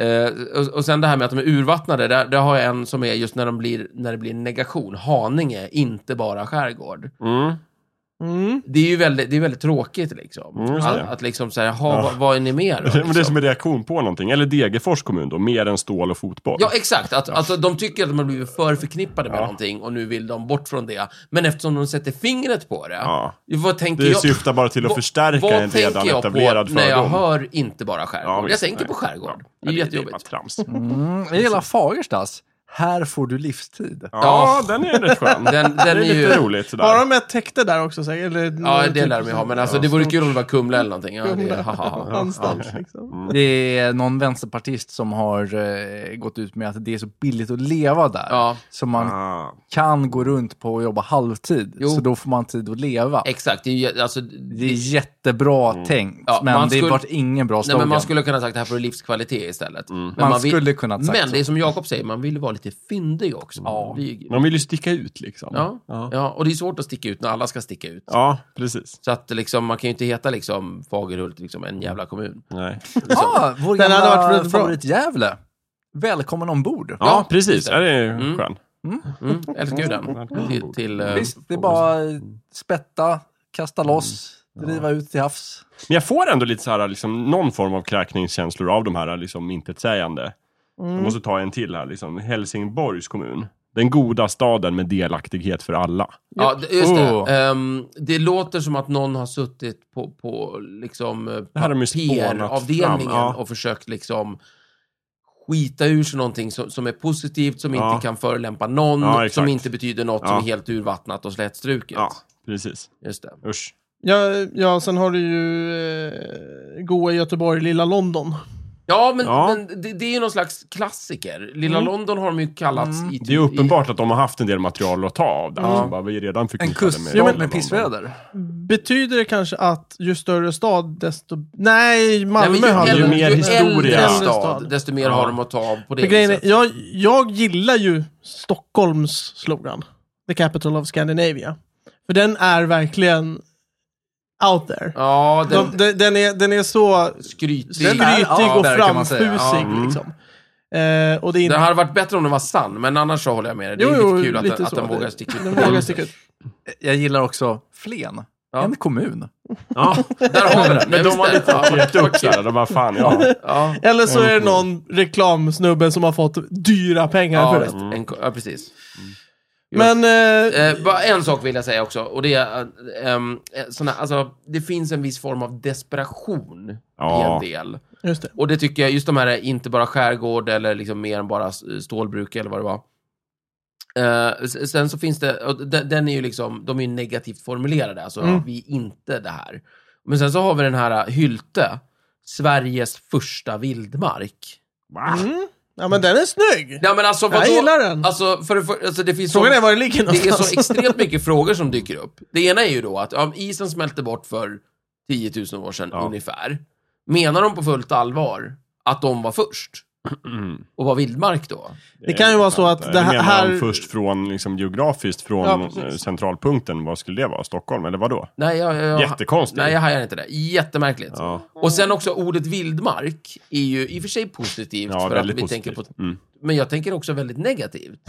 Speaker 4: Eh, och, och sen det här med att de är urvattnade, där, där har jag en som är just när, de blir, när det blir en negation. Haninge, inte bara skärgård.
Speaker 3: Mm.
Speaker 1: Mm.
Speaker 4: Det är ju väldigt, det är väldigt tråkigt liksom.
Speaker 3: Mm, just
Speaker 4: att,
Speaker 3: det.
Speaker 4: att liksom säga, jaha,
Speaker 3: Ja.
Speaker 4: vad, vad är ni med då?
Speaker 3: Men det är
Speaker 4: liksom?
Speaker 3: som en reaktion på någonting. Eller Degerfors kommun då, mer än stål och fotboll.
Speaker 4: Ja, exakt. Att, att de tycker att de har blivit för förknippade med någonting och nu vill de bort från det. Men eftersom de sätter fingret på det,
Speaker 3: Ja.
Speaker 4: vad tänker
Speaker 3: Det
Speaker 4: jag...
Speaker 3: syftar bara till att
Speaker 4: Vad-
Speaker 3: förstärka
Speaker 4: vad
Speaker 3: en
Speaker 4: tänker
Speaker 3: redan
Speaker 4: jag
Speaker 3: etablerad
Speaker 4: på när jag
Speaker 3: fördom.
Speaker 4: hör inte bara skärgård?
Speaker 3: Ja,
Speaker 4: jag
Speaker 3: visst,
Speaker 4: tänker
Speaker 3: nej.
Speaker 4: på skärgård.
Speaker 3: Ja,
Speaker 4: Det är
Speaker 3: det-
Speaker 4: ju
Speaker 3: det bara
Speaker 4: jättejobbigt.
Speaker 3: trams.
Speaker 2: Mm, jag gillar Fagerstas. Här får du livstid.
Speaker 3: Ja, den är rätt skön.
Speaker 4: Den- den
Speaker 3: det är,
Speaker 4: är ju-
Speaker 3: lite roligt sådär.
Speaker 1: Har de ett täkte där också? säkert? Eller,
Speaker 4: Ja,
Speaker 1: typ
Speaker 4: det lär de ju ha, men alltså det vore kul om det var Kumla eller någonting. Ja, det,
Speaker 1: Kumla.
Speaker 4: ha, ha, ha.
Speaker 1: Någonstans liksom.
Speaker 4: Mm.
Speaker 2: Det är någon vänsterpartist som har eh, gått ut med att det är så billigt att leva där.
Speaker 4: Ja.
Speaker 2: Så man
Speaker 3: Ah.
Speaker 2: kan gå runt på och jobba halvtid.
Speaker 4: Jo.
Speaker 2: Så då får man tid att leva.
Speaker 4: Exakt, det är ju, alltså,
Speaker 2: Det är jättebra tänkt,
Speaker 4: Mm. Ja, man
Speaker 2: men det
Speaker 4: skulle-
Speaker 2: vart ingen bra
Speaker 4: nej,
Speaker 2: slogan. Mm.
Speaker 4: men man skulle kunna sagt det här får livskvalitet istället. Men
Speaker 2: Man
Speaker 4: vill-
Speaker 2: skulle kunnat sagt
Speaker 4: Men
Speaker 2: så.
Speaker 4: det är som Jakob säger, man vill ju vara lite fyndig också. Ja. Det är ju,
Speaker 3: Man vill ju sticka ut liksom.
Speaker 4: ja,
Speaker 3: Ja.
Speaker 4: ja, och det är svårt att sticka ut när alla ska sticka ut.
Speaker 3: Ja, precis.
Speaker 4: Så att liksom, man kan ju inte heta liksom Fagerhult, liksom en jävla kommun.
Speaker 3: Nej.
Speaker 2: ah, vår
Speaker 1: Den hade varit
Speaker 2: gamla
Speaker 1: väldigt bra.
Speaker 2: favorit Gävle. Välkommen ombord.
Speaker 3: Ja, precis. Ja, det är
Speaker 4: Mm.
Speaker 3: skön.
Speaker 4: Mm, älskar ju den. Till, till, eh,
Speaker 2: Visst, det är bara eh, spetta, kasta loss,
Speaker 4: Mm.
Speaker 2: driva ut till havs.
Speaker 3: Men jag får ändå lite så här, liksom, någon form av kräkningskänslor av de här liksom, intetsägande.
Speaker 4: Mm.
Speaker 3: Jag måste ta en till här. Liksom. Helsingborgs kommun. Den goda staden med delaktighet för alla.
Speaker 4: ja, det- just det.
Speaker 2: Oh.
Speaker 4: Ehm, det låter som att någon har suttit på, på liksom, eh,
Speaker 3: Det här har de ju spånat
Speaker 4: PR-avdelningen
Speaker 3: fram, ja.
Speaker 4: och försökt liksom skita ur sig någonting som, som är positivt, som
Speaker 3: Ja.
Speaker 4: inte kan förelämpa någon,
Speaker 3: Ja, exakt.
Speaker 4: som inte betyder något, som
Speaker 3: Ja.
Speaker 4: är helt urvattnat och slätstruket.
Speaker 3: Ja, precis.
Speaker 4: Just det.
Speaker 3: Usch.
Speaker 1: Ja, ja, sen har du ju eh, Goa Göteborg, Lilla London.
Speaker 4: Ja, men,
Speaker 3: Ja.
Speaker 4: men det, det är ju någon slags klassiker. Lilla
Speaker 1: Mm.
Speaker 4: London har de ju kallats i...
Speaker 3: Det är uppenbart att de har haft en del material att ta av. Det
Speaker 4: Ja.
Speaker 3: här som bara, vi är redan
Speaker 2: En
Speaker 3: förknippade med...
Speaker 2: kuststad med pissväder.
Speaker 1: Betyder det kanske att ju större stad desto... Nej,
Speaker 4: Nej,
Speaker 1: Malmö
Speaker 4: men ju
Speaker 1: har
Speaker 4: äldre-
Speaker 3: ju mer historia.
Speaker 4: äldre
Speaker 1: Äldre
Speaker 4: stad,
Speaker 1: stad.
Speaker 4: desto mer
Speaker 3: Ja.
Speaker 4: har de att ta av på det
Speaker 1: För grejen är,
Speaker 4: viset.
Speaker 1: jag, jag gillar ju Stockholms slogan. The capital of Scandinavia. För den är verkligen out there.
Speaker 4: Ja, den,
Speaker 1: De, de, den, är, den är så
Speaker 4: skrytig.
Speaker 2: Den är
Speaker 1: skrytig
Speaker 2: out
Speaker 1: och
Speaker 2: there, kan man säga.
Speaker 1: framfusig.
Speaker 4: Ja.
Speaker 3: Mm.
Speaker 1: Liksom. Eh, och det är
Speaker 4: Det
Speaker 1: inte...
Speaker 4: hade varit bättre om den var sann, men annars så håller jag med dig. Det är
Speaker 1: Jo, jo,
Speaker 4: lite kul att,
Speaker 1: lite
Speaker 4: den- att
Speaker 1: så.
Speaker 4: den vågar sticka ut.
Speaker 1: Den vågar sticka ut.
Speaker 2: Jag gillar också Flen.
Speaker 4: Ja.
Speaker 2: En kommun.
Speaker 3: Ja,
Speaker 4: Där har vi den.
Speaker 3: men
Speaker 4: Ja,
Speaker 3: de har
Speaker 4: visst är det.
Speaker 3: lite gett upp så här. De bara, fan ja.
Speaker 4: Ja,
Speaker 1: Eller så är det någon reklamsnubbe som har fått dyra pengar
Speaker 4: ja,
Speaker 1: för
Speaker 4: visst.
Speaker 1: det.
Speaker 4: En, ko- ja precis.
Speaker 1: Men... Eh,
Speaker 4: Eh, bara en sak vill jag säga också, och det är eh, ehm, eh, såna, alltså, det finns en viss form av desperation i
Speaker 3: Ja.
Speaker 4: en del.
Speaker 1: just det.
Speaker 4: Och det tycker jag, just de här, inte bara skärgård eller liksom mer än bara s- stålbruk eller vad det var. Eh, s- sen så finns det, och de- den är ju liksom, de är ju negativt formulerade, alltså
Speaker 1: Mm.
Speaker 4: vi är inte det här. Men sen så har vi den här eh, Hylte, Sveriges första vildmark.
Speaker 3: Va?
Speaker 1: Mm. Ja, men den är snygg.
Speaker 4: Nej men alltså vadå?
Speaker 1: Jag gillar den.
Speaker 4: Alltså, för, det för, alltså det finns
Speaker 1: Frågan
Speaker 4: så,
Speaker 1: är var det ligger
Speaker 4: Det är
Speaker 1: någonstans.
Speaker 4: så extremt mycket frågor som dyker upp. Det ena är ju då att ja, isen smälter bort för 10 000 år sedan
Speaker 3: Ja.
Speaker 4: ungefär. Menar de på fullt allvar att de var först?
Speaker 3: Mm.
Speaker 4: Och var vildmark då?
Speaker 1: Det kan ju vara så att det
Speaker 3: Eller
Speaker 1: här...
Speaker 3: menar han
Speaker 1: här
Speaker 3: först från, liksom, geografiskt från
Speaker 1: Ja, precis.
Speaker 3: eh, centralpunkten, vad skulle det vara? Stockholm, eller vad då?
Speaker 4: Nej, jag, jag,
Speaker 3: Jättekonstigt.
Speaker 4: Nej, jag hajar inte det. Jättemärkligt.
Speaker 3: Ja,
Speaker 4: Och sen också ordet vildmark är ju i och för sig positivt.
Speaker 3: ja
Speaker 4: för att vi
Speaker 3: väldigt
Speaker 4: tänker
Speaker 3: positivt.
Speaker 4: på,
Speaker 3: Mm.
Speaker 4: men jag tänker också väldigt negativt.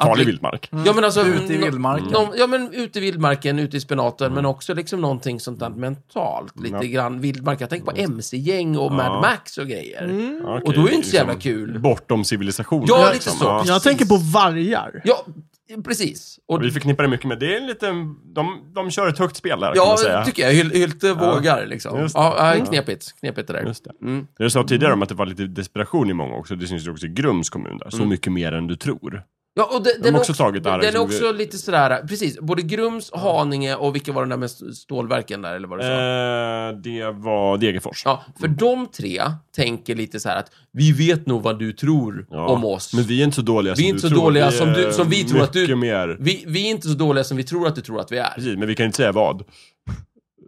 Speaker 3: Farlig
Speaker 4: vi-
Speaker 3: vildmark.
Speaker 4: Ja, men alltså,
Speaker 2: Ute i
Speaker 4: nå-
Speaker 2: vildmarken.
Speaker 4: nå- ja, men ute i vildmarken, ute i spenaten, men
Speaker 3: Mm.
Speaker 4: också liksom någonting sånt där mentalt. Lite
Speaker 3: Ja.
Speaker 4: grann vildmark. Jag tänker på mc-gäng och
Speaker 3: Mm. Ja.
Speaker 4: Mad Max och grejer.
Speaker 1: mm,
Speaker 3: Ja, okej, liksom
Speaker 4: Och då är det inte så jävla kul.
Speaker 3: Bortom civilisationen.
Speaker 4: Ja,
Speaker 3: liksom.
Speaker 4: lite så.
Speaker 3: Ja.
Speaker 1: jag tänker på vargar.
Speaker 4: Ja, precis. Och,
Speaker 3: Vi förknippar det mycket med, det är en liten, de, de kör ett högt spel där kan man
Speaker 4: ja,
Speaker 3: säga.
Speaker 4: tycker jag. Hyl- Hylte vågar liksom.
Speaker 3: Just det.
Speaker 4: Ja, ja,
Speaker 3: Mm.
Speaker 4: knepigt. Knepigt det där.
Speaker 3: Just det.
Speaker 4: Mm.
Speaker 3: Jag sa tidigare om att det var lite desperation i många också, det syns ju också i Grums kommun där. Så
Speaker 4: Mm.
Speaker 3: mycket mer än du tror.
Speaker 4: Ja, och de,
Speaker 3: De
Speaker 4: den
Speaker 3: har
Speaker 4: är
Speaker 3: också tagit det här liksom.
Speaker 4: Den är
Speaker 3: som
Speaker 4: också lite sådär, precis. Både Grums, Haninge och vilka var den där med stålverken där, eller vad
Speaker 3: vi,
Speaker 4: det sa?
Speaker 3: eh, Det var Degerfors.
Speaker 4: Ja, för de tre tänker lite så här att vi vet nog vad du tror
Speaker 3: Ja,
Speaker 4: om oss.
Speaker 3: Men vi är inte så dåliga
Speaker 4: Vi är
Speaker 3: som
Speaker 4: inte
Speaker 3: du
Speaker 4: så
Speaker 3: tror.
Speaker 4: dåliga
Speaker 3: vi
Speaker 4: som du-
Speaker 3: är
Speaker 4: som vi tror att du-
Speaker 3: Mycket mer.
Speaker 4: Vi, vi är inte så dåliga som vi tror att du tror att vi är.
Speaker 3: Precis, men vi kan ju inte säga vad.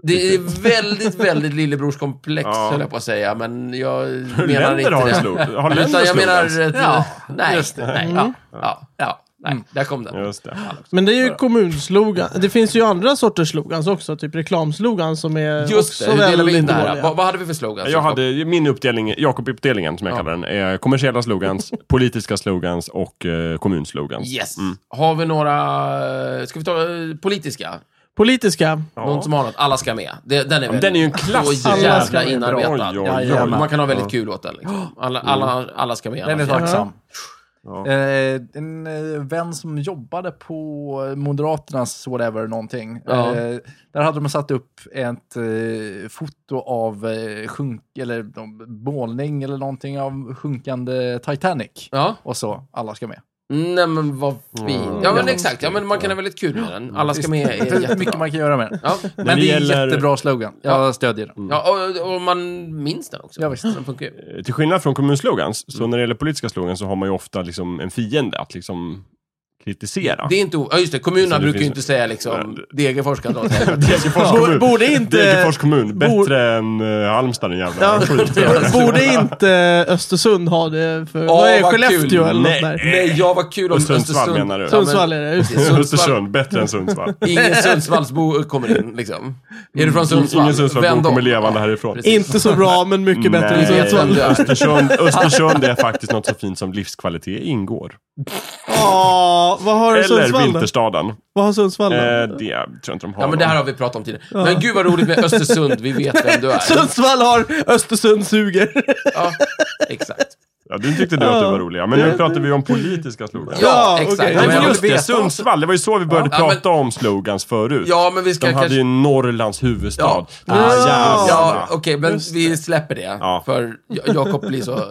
Speaker 4: Det är väldigt, väldigt lillebrorskomplex,
Speaker 3: Typ. Ja.
Speaker 4: höll jag på att säga, men jag menar
Speaker 3: Länder
Speaker 4: inte
Speaker 3: har en
Speaker 4: det.
Speaker 3: slog. Har länder
Speaker 4: Utan jag
Speaker 3: slog
Speaker 4: menar...
Speaker 3: alltså?
Speaker 4: att-
Speaker 2: Ja,
Speaker 4: nej,
Speaker 2: just det.
Speaker 4: nej, ja,
Speaker 1: Mm.
Speaker 4: ja, ja,
Speaker 3: Mm.
Speaker 4: nej, där kom den.
Speaker 3: Just det.
Speaker 1: Men det är ju kommunslogan. Det finns ju andra sorters slogans också, typ reklamslogan som är
Speaker 4: Just
Speaker 1: också
Speaker 4: det, hur delar vi
Speaker 1: väldigt
Speaker 4: in det här?
Speaker 1: dåliga.
Speaker 4: Vad, vad hade vi för slogan?
Speaker 3: Jag hade min uppdelning, Jakob-uppdelningen som jag
Speaker 4: Ja.
Speaker 3: kallar den, är kommersiella slogans, politiska slogans och eh, kommunslogans.
Speaker 4: Yes.
Speaker 3: Mm.
Speaker 4: Har vi några... Ska vi ta eh, politiska?
Speaker 1: Politiska.
Speaker 3: Ja.
Speaker 4: Någon som har något? Alla ska med. Det, den är,
Speaker 3: men
Speaker 4: väl
Speaker 3: den är ju en klass.
Speaker 4: så
Speaker 1: Alla ska
Speaker 4: jävla
Speaker 1: med.
Speaker 4: inarbetad.
Speaker 3: Oj, oj, oj. Mm.
Speaker 4: Ja, Man kan ha väldigt kul åt den. Liksom. Alla, alla, alla ska med.
Speaker 2: Den är
Speaker 4: alla ska med.
Speaker 2: tacksam.
Speaker 3: Ja.
Speaker 2: Eh, en eh, vän som jobbade på Moderaternas whatever någonting.
Speaker 4: Ja.
Speaker 2: Eh, där hade de satt upp ett eh, foto av eh, sjunk, eller de, målning eller någonting av sjunkande Titanic.
Speaker 4: Ja.
Speaker 2: Och så, alla ska med.
Speaker 4: Nej, men vad fint. Ja, men exakt. Ja, men man kan ha väldigt kul med den. Alla ska med
Speaker 2: Det
Speaker 4: är
Speaker 2: är mycket
Speaker 4: jättebra.
Speaker 2: man kan göra med den.
Speaker 4: Ja.
Speaker 2: Men
Speaker 3: det
Speaker 2: det är
Speaker 3: gäller-
Speaker 2: en jättebra slogan. Jag stödjer den.
Speaker 4: Ja, och, och man minns den också.
Speaker 2: Ja, visst.
Speaker 4: Den funkar ju.
Speaker 3: Eh, Till skillnad från kommunslogans, så
Speaker 4: Mm.
Speaker 3: när det gäller politiska slogans så har man ju ofta liksom en fiende att liksom kritisera.
Speaker 4: Det är inte o- Ja, just det.
Speaker 3: Så
Speaker 4: Kommunerna
Speaker 3: det
Speaker 4: brukar ju
Speaker 3: finns-
Speaker 4: inte säga liksom Degerfors ska dra åt helvete.
Speaker 3: Degerfors
Speaker 1: Borde-
Speaker 3: kommun.
Speaker 1: Borde inte...
Speaker 3: Degerfors kommun, bättre än uh, Halmstad den jävla
Speaker 1: Ja,
Speaker 3: skit.
Speaker 1: borde inte Östersund ha det för...
Speaker 4: Åh,
Speaker 1: vad är
Speaker 4: vad
Speaker 1: Skellefteå
Speaker 4: kul.
Speaker 1: eller något
Speaker 3: Nej.
Speaker 1: där?
Speaker 4: Nej, jag var kul om
Speaker 3: Och Sundsvall
Speaker 4: Östersund...
Speaker 3: menar du?
Speaker 4: Ja, men-
Speaker 1: Sundsvall är det, just det.
Speaker 4: Sundsvall.
Speaker 3: Östersund, bättre än Sundsvall.
Speaker 4: Ingen Sundsvallsbo kommer in, liksom. Är du från Sundsvall?
Speaker 3: Ingen Sundsvallbo
Speaker 4: Vänd om.
Speaker 3: kommer levande härifrån.
Speaker 4: Precis.
Speaker 1: Inte så bra, men mycket bättre än
Speaker 3: Nej.
Speaker 1: Sundsvall.
Speaker 4: Ja.
Speaker 3: Östersund, Östersund är faktiskt något så fint som livskvalitet ingår.
Speaker 1: Ja, vad har
Speaker 3: Eller
Speaker 1: Sundsvall då?
Speaker 3: Vinterstaden.
Speaker 1: Vad har Sundsvall
Speaker 3: Eh,
Speaker 1: då?
Speaker 3: det tror jag inte de har.
Speaker 4: Ja, men det här har vi pratat om tidigare. Men gud vad roligt med Östersund, vi vet vem du är. Typ
Speaker 1: Sundsvall har Östersund suger.
Speaker 4: Ja, exakt.
Speaker 3: ja, du tyckte du att du var rolig. Ja, Men nu
Speaker 1: Det-
Speaker 3: pratar vi om politiska slogans.
Speaker 4: Ja,
Speaker 1: Ja,
Speaker 4: exakt.
Speaker 1: okej.
Speaker 4: Ja,
Speaker 3: Nej,
Speaker 4: men
Speaker 3: men
Speaker 4: jag-
Speaker 3: just
Speaker 2: vill
Speaker 3: det.
Speaker 2: veta.
Speaker 3: Sundsvall. Det var ju så vi började
Speaker 4: Ja, men-
Speaker 3: prata om slogans förut.
Speaker 4: ja, men vi ska
Speaker 3: De hade
Speaker 4: kanske...
Speaker 3: ju Norrlands huvudstad.
Speaker 4: Ja.
Speaker 3: Ah,
Speaker 1: Ja.
Speaker 4: Ja,
Speaker 3: jävlar.
Speaker 4: okej, men vi släpper det.
Speaker 3: Ja.
Speaker 4: För Ja- Jakob blir så till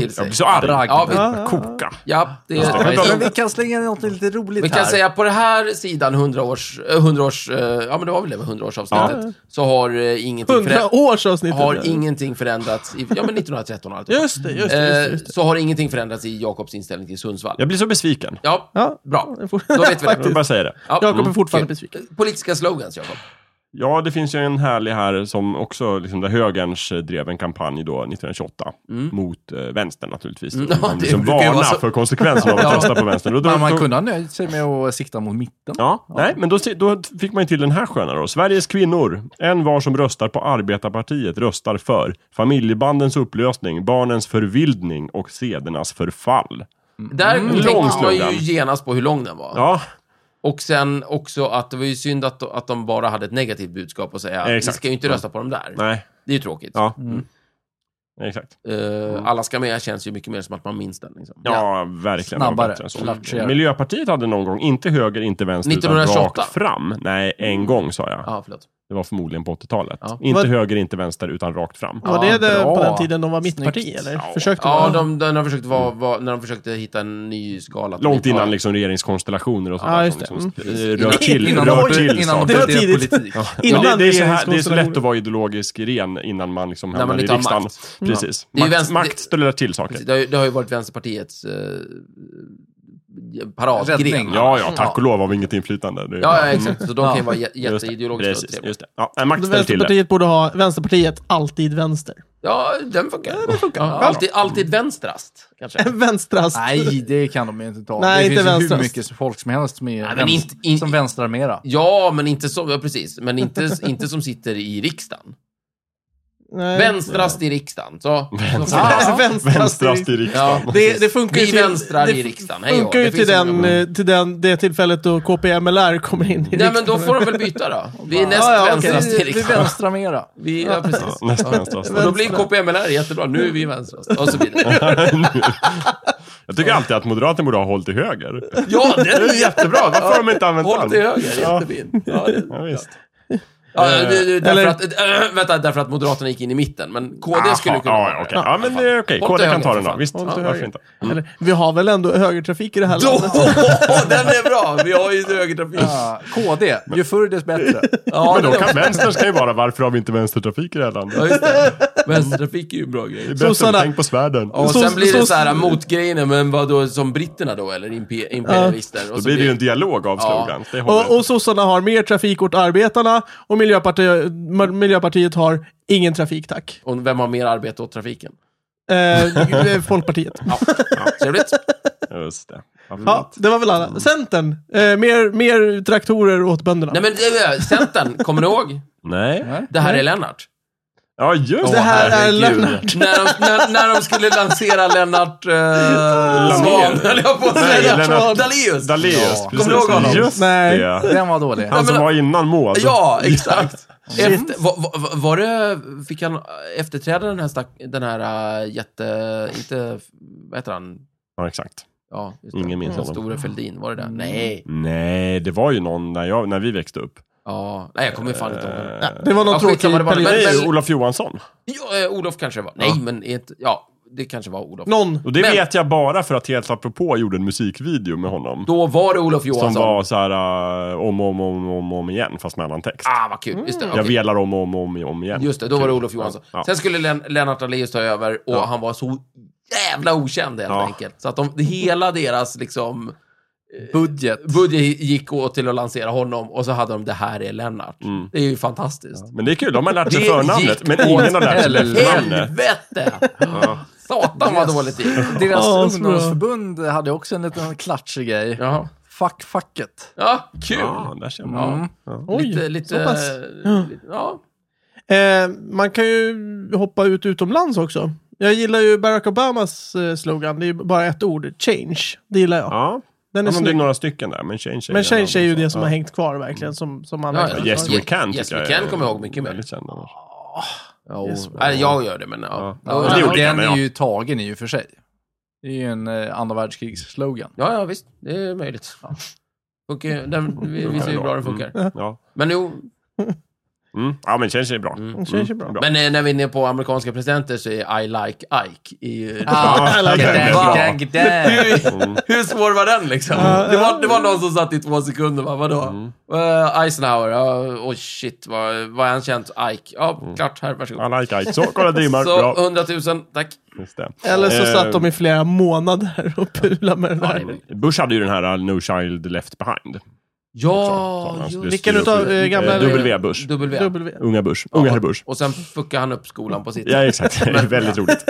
Speaker 3: Jag
Speaker 4: sig.
Speaker 3: blir så arg.
Speaker 4: Ja, vi,
Speaker 1: Ja.
Speaker 3: Koka.
Speaker 4: ja, det
Speaker 2: Men vi
Speaker 4: är...
Speaker 2: kan slänga in något lite roligt
Speaker 4: Vi kan
Speaker 2: här.
Speaker 4: säga på den här sidan 100 års, eh, 100 års, eh, ja men det var väl det med 100 årsavsnittet, så har eh, ingenting,
Speaker 1: 100
Speaker 4: förä-
Speaker 1: års avsnitt.
Speaker 4: har ingenting förändrats, i, ja men 1913 och allt.
Speaker 1: Just det, just det. Just det,
Speaker 4: Eh,
Speaker 1: just det.
Speaker 4: så har ingenting förändrats i Jakobs inställning till Sundsvall.
Speaker 3: Jag blir så besviken.
Speaker 4: Ja,
Speaker 1: Ja,
Speaker 4: bra.
Speaker 1: jag får-
Speaker 4: Då vet vi det.
Speaker 3: Jag vill bara säga det.
Speaker 4: Ja. Mm.
Speaker 1: Jakob är fortfarande
Speaker 4: Okej.
Speaker 1: besviken.
Speaker 4: Politiska slogans, Jakob.
Speaker 3: Ja, det finns ju en härlig här som också, liksom, där högerns eh, drev en kampanj då 1928 mot eh, vänstern naturligtvis.
Speaker 4: Mm,
Speaker 3: Mm,
Speaker 4: ja,
Speaker 3: man
Speaker 4: det
Speaker 3: liksom
Speaker 4: brukar ju
Speaker 3: varnar
Speaker 4: vara så.
Speaker 3: för konsekvenserna av
Speaker 4: Ja.
Speaker 3: att rösta på vänstern. Då, då,
Speaker 2: Men man
Speaker 3: då,
Speaker 2: kunde ha nöjt sig med att sikta mot mitten.
Speaker 3: ja, nej, men då, se- då fick man ju till den här sköna då. Sveriges kvinnor, en var som röstar på Arbetarpartiet röstar för familjebandens upplösning, barnens förvildning och sedernas förfall.
Speaker 4: Där
Speaker 3: Lång
Speaker 4: tänkte man ju
Speaker 3: slogan.
Speaker 4: genast på hur lång den var.
Speaker 3: Ja,
Speaker 4: Och sen också att det var ju synd att, att de bara hade ett negativt budskap och säga
Speaker 3: Eh,
Speaker 4: vi
Speaker 3: exakt.
Speaker 4: ska ju inte rösta på dem där.
Speaker 3: nej,
Speaker 4: Det är ju tråkigt.
Speaker 3: ja. Exakt.
Speaker 4: Eh, alla ska med känns ju mycket mer som att man minns den. Liksom.
Speaker 3: Ja, verkligen.
Speaker 2: Snabbare,
Speaker 3: Det var bättre än så.
Speaker 2: klatschigare.
Speaker 3: Miljöpartiet hade någon gång, inte höger, inte vänster,
Speaker 4: 1928.
Speaker 3: utan rakt fram. Nej, en gång sa jag.
Speaker 4: Ja, förlåt.
Speaker 3: Det var förmodligen på 80-talet.
Speaker 4: Ja.
Speaker 3: Inte
Speaker 1: Vad-
Speaker 3: höger, inte vänster, utan rakt fram.
Speaker 1: Var det,
Speaker 2: Ja,
Speaker 1: det
Speaker 2: bra.
Speaker 1: på den tiden de var mitt
Speaker 2: Snyggt.
Speaker 1: parti, eller?
Speaker 3: Ja.
Speaker 1: Försökte
Speaker 4: Ja,
Speaker 1: vara-
Speaker 4: de, de, de försökte vara, var, när de försökte hitta en ny skala.
Speaker 3: Långt innan liksom regeringskonstellationer och sånt
Speaker 1: Ja,
Speaker 3: där
Speaker 1: just
Speaker 3: som
Speaker 1: det.
Speaker 3: Liksom, eh, rör till,
Speaker 2: innan
Speaker 3: rör
Speaker 2: de-
Speaker 3: till
Speaker 2: innan
Speaker 3: saker.
Speaker 2: de
Speaker 1: Det var
Speaker 2: debatterade
Speaker 1: tidigt.
Speaker 2: politik.
Speaker 3: Men det,
Speaker 1: Innan
Speaker 3: det, är så här, det är så lätt
Speaker 1: regeringskonstellationen.
Speaker 3: att vara ideologisk ren innan man liksom
Speaker 4: man
Speaker 3: hamnar i
Speaker 4: inte har
Speaker 3: riksdagen.
Speaker 4: makt.
Speaker 3: Precis.
Speaker 4: Det är ju
Speaker 3: Makt,
Speaker 4: vänster-
Speaker 3: makt ställer till saker.
Speaker 4: Precis, Det har, ju, det har ju varit Vänsterpartiets eh, paradgren.
Speaker 2: Räddning.
Speaker 3: Ja, ja, tack och lov har vi inget inflytande. Det är
Speaker 4: Ja, ja, exakt. Så de kan ju
Speaker 2: Ja.
Speaker 4: vara jä-
Speaker 3: Just det,
Speaker 4: jätteideologiskt
Speaker 3: Precis,
Speaker 4: otrevliga.
Speaker 3: just det. Ja, nej, Max ställer till det.
Speaker 1: Vänsterpartiet borde ha, Vänsterpartiet, alltid vänster.
Speaker 4: Ja, den funkar. Den funkar. Ja, alltid, alltid vänstrast, kanske.
Speaker 1: En vänstrast.
Speaker 2: Nej, det kan de ju inte ta.
Speaker 1: Nej,
Speaker 2: det
Speaker 1: inte
Speaker 2: finns ju hur
Speaker 1: vänstrast.
Speaker 2: mycket folk som helst som, är
Speaker 4: men
Speaker 2: vänst-
Speaker 4: inte- in-
Speaker 2: som vänstrarmera.
Speaker 4: Ja, men inte som, ja, precis. Men inte, inte som sitter i riksdagen.
Speaker 1: Nej.
Speaker 3: Eh,
Speaker 4: Vänstrast i riksdagen. Så,
Speaker 3: Vänstrast.
Speaker 4: Ja.
Speaker 1: vänstrast.
Speaker 3: Vänstrast i riksdagen.
Speaker 4: Ja.
Speaker 1: Det, det funkar ju
Speaker 4: Vi
Speaker 1: till,
Speaker 4: vänstrar
Speaker 1: det
Speaker 4: i riksdagen. Hej
Speaker 1: funkar
Speaker 4: då.
Speaker 1: ju
Speaker 4: Det
Speaker 1: till,
Speaker 4: finns inga
Speaker 1: den, eh, till den, det tillfället då KPMLR kommer in i
Speaker 4: Nej,
Speaker 1: riksdagen.
Speaker 4: men då får de väl byta då. Vi är näst
Speaker 1: Ja, ja, okej.
Speaker 4: vänstrast i
Speaker 2: Vi, vi
Speaker 4: riksdagen.
Speaker 2: vänstrarmera.
Speaker 4: Vi, ja, precis.
Speaker 3: Ja, nästan, nästan, nästan.
Speaker 4: Och då blir KPMLR jättebra. Nu är vi vänstrast. Och så blir det.
Speaker 3: Jag tycker alltid att Moderaterna borde ha håll till höger.
Speaker 4: Ja, det
Speaker 3: Det är jättebra, varför har de inte använt
Speaker 4: Håll till
Speaker 3: den?
Speaker 4: höger,
Speaker 3: Ja. Eh,
Speaker 4: jättefin. Ja, det,
Speaker 3: Ja, visst.
Speaker 4: ja, det, det, därför,
Speaker 1: Eller-
Speaker 4: att, äh, vänta, därför att Moderaterna gick in i mitten, men KD skulle
Speaker 3: Aha,
Speaker 4: kunna
Speaker 3: ja, ja, okej. Ja, men det är okej.
Speaker 4: Håll
Speaker 3: KD
Speaker 4: till
Speaker 3: kan ta
Speaker 4: höger, för
Speaker 3: den då.
Speaker 4: fan.
Speaker 3: Visst,
Speaker 4: Håll till
Speaker 3: varför
Speaker 4: höger.
Speaker 3: inte?
Speaker 1: Eller, vi har väl ändå högertrafik i det här
Speaker 4: Då,
Speaker 1: landet?
Speaker 4: den är bra! Vi har ju högertrafik.
Speaker 2: Ja, KD, ju förr desto bättre.
Speaker 4: Ja,
Speaker 3: Men då
Speaker 4: det-
Speaker 3: kan vänstern ska ju vara, varför har vi inte vänstertrafik i det här landet?
Speaker 4: Ja, just det. Vänstertrafik är ju en bra
Speaker 3: Det är
Speaker 4: grej.
Speaker 3: bättre,
Speaker 1: Sossarna.
Speaker 3: tänk på svärden.
Speaker 4: Och
Speaker 1: Så-
Speaker 4: sen blir det
Speaker 1: så-
Speaker 4: så här motgrejerna, men vad då som britterna då, eller impe- imperialister? Och
Speaker 3: Då
Speaker 4: så
Speaker 3: blir det ju en dialog av
Speaker 4: Ja.
Speaker 3: slogans. Det håller
Speaker 1: Och, och sossarna har mer trafik åt arbetarna och Miljöpartiet, Miljöpartiet har ingen trafik tack.
Speaker 4: Och vem har mer arbete åt trafiken?
Speaker 1: Eh, Folkpartiet.
Speaker 4: Ja, ja. trevligt.
Speaker 3: Just det. Varför
Speaker 1: Ja, det var väl alla. Centern. Eh, mer, mer traktorer åt bönderna.
Speaker 4: Nej men eh, Centern, kommer ni ihåg?
Speaker 3: Nej.
Speaker 2: Nej.
Speaker 4: Det här är Lennart.
Speaker 3: Ja, just
Speaker 1: det här är
Speaker 3: herregud.
Speaker 1: Lennart.
Speaker 4: När de, när, när de skulle lansera Lennart eh, Svahn, höll jag på att
Speaker 3: Nej,
Speaker 4: säga.
Speaker 3: Lennart-
Speaker 4: Daléus.
Speaker 3: Daléus,
Speaker 2: Ja.
Speaker 3: precis.
Speaker 4: Kommer du ihåg honom?
Speaker 3: Just
Speaker 1: Nej.
Speaker 3: det.
Speaker 2: Den var dålig.
Speaker 3: Han som
Speaker 4: men-
Speaker 3: var innan Maud.
Speaker 4: Ja, exakt. Efter, var, var, var det, fick han efterträda den här, stack, den här äh, jätte, inte, vad heter han?
Speaker 3: Ja, exakt.
Speaker 4: Ja, just det.
Speaker 3: Ingen minns
Speaker 4: Den
Speaker 3: honom.
Speaker 4: store Fälldin, var det det? Nej.
Speaker 3: Nej, det var ju någon när, jag, när vi växte upp.
Speaker 4: Ja, nej jag kommer ju fan inte ihåg.
Speaker 3: Eh,
Speaker 1: Nej, det var någon
Speaker 4: Ja,
Speaker 1: tråkig
Speaker 4: skitsamma, det var det.
Speaker 1: period.
Speaker 3: Nej,
Speaker 4: men-
Speaker 3: Olof Johansson.
Speaker 4: Ja, eh, Olof kanske det var. Nej, men ett, ja, det kanske var Olof.
Speaker 1: Någon.
Speaker 3: Och det
Speaker 4: Men-
Speaker 3: vet jag bara för att Helt apropå gjorde en musikvideo med honom.
Speaker 4: Då var alltså- det Olof
Speaker 3: Som
Speaker 4: Johansson.
Speaker 3: var så här eh, om, om, om, om, om igen, fast med annan text.
Speaker 4: Ah, vad kul. Just det,
Speaker 3: Mm. Jag
Speaker 4: okej.
Speaker 3: velar om, om, om, om igen.
Speaker 4: Just det, då var det Olof Johansson.
Speaker 3: Ja.
Speaker 4: Sen skulle Len- Lennart Daléus ta över och han var så jävla okänd helt
Speaker 3: Ja.
Speaker 4: enkelt. Så att de, hela deras liksom...
Speaker 2: Budget.
Speaker 4: budget gick åt till att lansera honom och så hade de det här är Lennart.
Speaker 3: Mm.
Speaker 4: Det är ju fantastiskt.
Speaker 3: Men det är kul, de har lärt sig
Speaker 4: Det
Speaker 3: Alltså, förnamnet,
Speaker 4: gick
Speaker 3: men ingen har lärt sig
Speaker 2: åt
Speaker 3: efternamnet.
Speaker 4: Helvete! Satan vad dåligt det gick.
Speaker 2: Deras
Speaker 1: Ja, så bra.
Speaker 2: ungdomsförbund hade också en liten klatschig grej.
Speaker 4: Jaha.
Speaker 2: Fuck facket.
Speaker 4: Ja, kul!
Speaker 3: Ja, där ser man.
Speaker 2: Mm.
Speaker 1: Oj,
Speaker 4: lite,
Speaker 1: så
Speaker 4: lite,
Speaker 1: pass.
Speaker 4: lite- ja.
Speaker 1: Eh, man kan ju hoppa ut utomlands också. Jag gillar ju Barack Obamas eh, slogan. Det är ju bara ett ord. Change. Det gillar jag.
Speaker 3: Ja,
Speaker 1: Den
Speaker 3: ja
Speaker 1: är
Speaker 3: men det är
Speaker 1: snygg.
Speaker 3: några stycken där. Men Change är,
Speaker 1: Men change är ju det som
Speaker 3: ja.
Speaker 1: har hängt kvar verkligen. Som, som man
Speaker 4: Ja, ja.
Speaker 1: verkligen-
Speaker 3: Yes We Can
Speaker 4: Yes
Speaker 3: tycker
Speaker 4: We
Speaker 3: jag
Speaker 4: Can
Speaker 3: är
Speaker 4: kommer jag ihåg mycket mer.
Speaker 3: väldigt känd annars.
Speaker 4: Ja,
Speaker 1: Yes.
Speaker 4: Nej, jag gör det, men ja.
Speaker 3: Ja.
Speaker 4: Ja,
Speaker 3: det
Speaker 2: Den,
Speaker 3: gjorde jag
Speaker 2: den
Speaker 3: med,
Speaker 2: är
Speaker 3: ja.
Speaker 2: ju tagen i och för sig. Det är ju en eh, andra världskrigs-slogan.
Speaker 4: ja, ja visst. Det är möjligt. Funkar, den, vi, vi ser ju hur bra den funkar.
Speaker 3: Mm. Ja.
Speaker 4: Men jo,
Speaker 3: Mm. ja, men Change är bra.
Speaker 1: Change är bra.
Speaker 4: men eh, när vi är inne på amerikanska presidenter så är I like Ike. Är ju,
Speaker 2: Ah,
Speaker 1: I like
Speaker 2: den
Speaker 3: Ike.
Speaker 2: är
Speaker 3: Bra.
Speaker 2: bra.
Speaker 4: Hur,
Speaker 3: Mm.
Speaker 4: hur svår var den liksom? Det var, det var någon som satt i två sekunder va? vadå?
Speaker 3: Mm.
Speaker 4: Eh, Eisenhower, ja, oh shit, vad, vad är han känd? Ike, ja
Speaker 3: Mm.
Speaker 4: klart, här, varsågod.
Speaker 3: I like Ike. Så, kolla Dreamar.
Speaker 4: Så,
Speaker 3: Bra.
Speaker 4: 100 000, tack.
Speaker 3: Just det.
Speaker 1: Eller så
Speaker 3: Eh,
Speaker 1: satt de i flera månader och pulade med den där.
Speaker 3: Bush hade ju den här uh, No Child Left Behind. Så,
Speaker 4: Ja,
Speaker 3: alltså, det
Speaker 4: just
Speaker 1: Vilken
Speaker 3: styr
Speaker 1: utav,
Speaker 3: upp-
Speaker 1: eh, gamla-
Speaker 3: eh, W. Bush.
Speaker 4: W.
Speaker 1: W.
Speaker 3: Unga Bush. Unga herr Bush.
Speaker 4: Och sen fuckade han upp skolan på sitt...
Speaker 3: Ja, exakt. Det är väldigt roligt.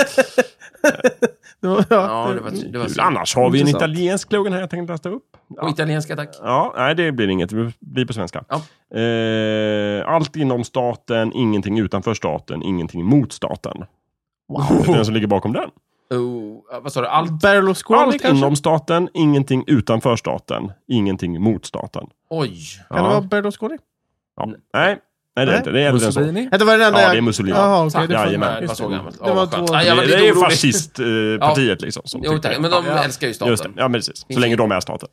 Speaker 1: Det var,
Speaker 4: Ja,
Speaker 1: ja.
Speaker 4: det var, det var
Speaker 3: Kul.
Speaker 4: synd.
Speaker 3: Annars har vi en
Speaker 1: Intressant.
Speaker 3: italiensk slogan här jag tänkte läsa upp.
Speaker 4: På italienska, tack.
Speaker 3: Ja, nej det blir inget. Det blir på svenska.
Speaker 4: Ja.
Speaker 3: Eh, allt inom staten, ingenting utanför staten, ingenting mot staten. Vet du Den som ligger bakom den.
Speaker 4: Oh, vad sa du? Allt?
Speaker 1: Berlusconi
Speaker 3: Allt
Speaker 1: kanske?
Speaker 3: inom staten, ingenting utanför staten, ingenting mot staten.
Speaker 4: Oj.
Speaker 3: Ja.
Speaker 1: Kan det vara Berlusconi?
Speaker 3: ja. Nej, nej det är
Speaker 1: Nej.
Speaker 3: inte. Det är äldre än så.
Speaker 2: Mussolini?
Speaker 1: Ja, Det var den enda
Speaker 3: Ja,
Speaker 1: jag-
Speaker 3: det är Mussolini.
Speaker 1: Jaha, okej. det
Speaker 3: Ja,
Speaker 1: får-
Speaker 3: jajamän.
Speaker 1: just
Speaker 4: Vad så
Speaker 1: det.
Speaker 4: gammalt.
Speaker 1: Det var
Speaker 4: Ja, vad skönt.
Speaker 1: två.
Speaker 4: Ja, jag
Speaker 3: Det,
Speaker 4: var
Speaker 3: det
Speaker 4: lite
Speaker 3: är ju
Speaker 4: orolig.
Speaker 3: fascistpartiet liksom. Som
Speaker 4: Jo,
Speaker 3: tycker-
Speaker 4: tack. Men de
Speaker 2: Ja.
Speaker 4: älskar ju
Speaker 3: Just det,
Speaker 4: staten.
Speaker 3: ja men precis. Så länge de är staten.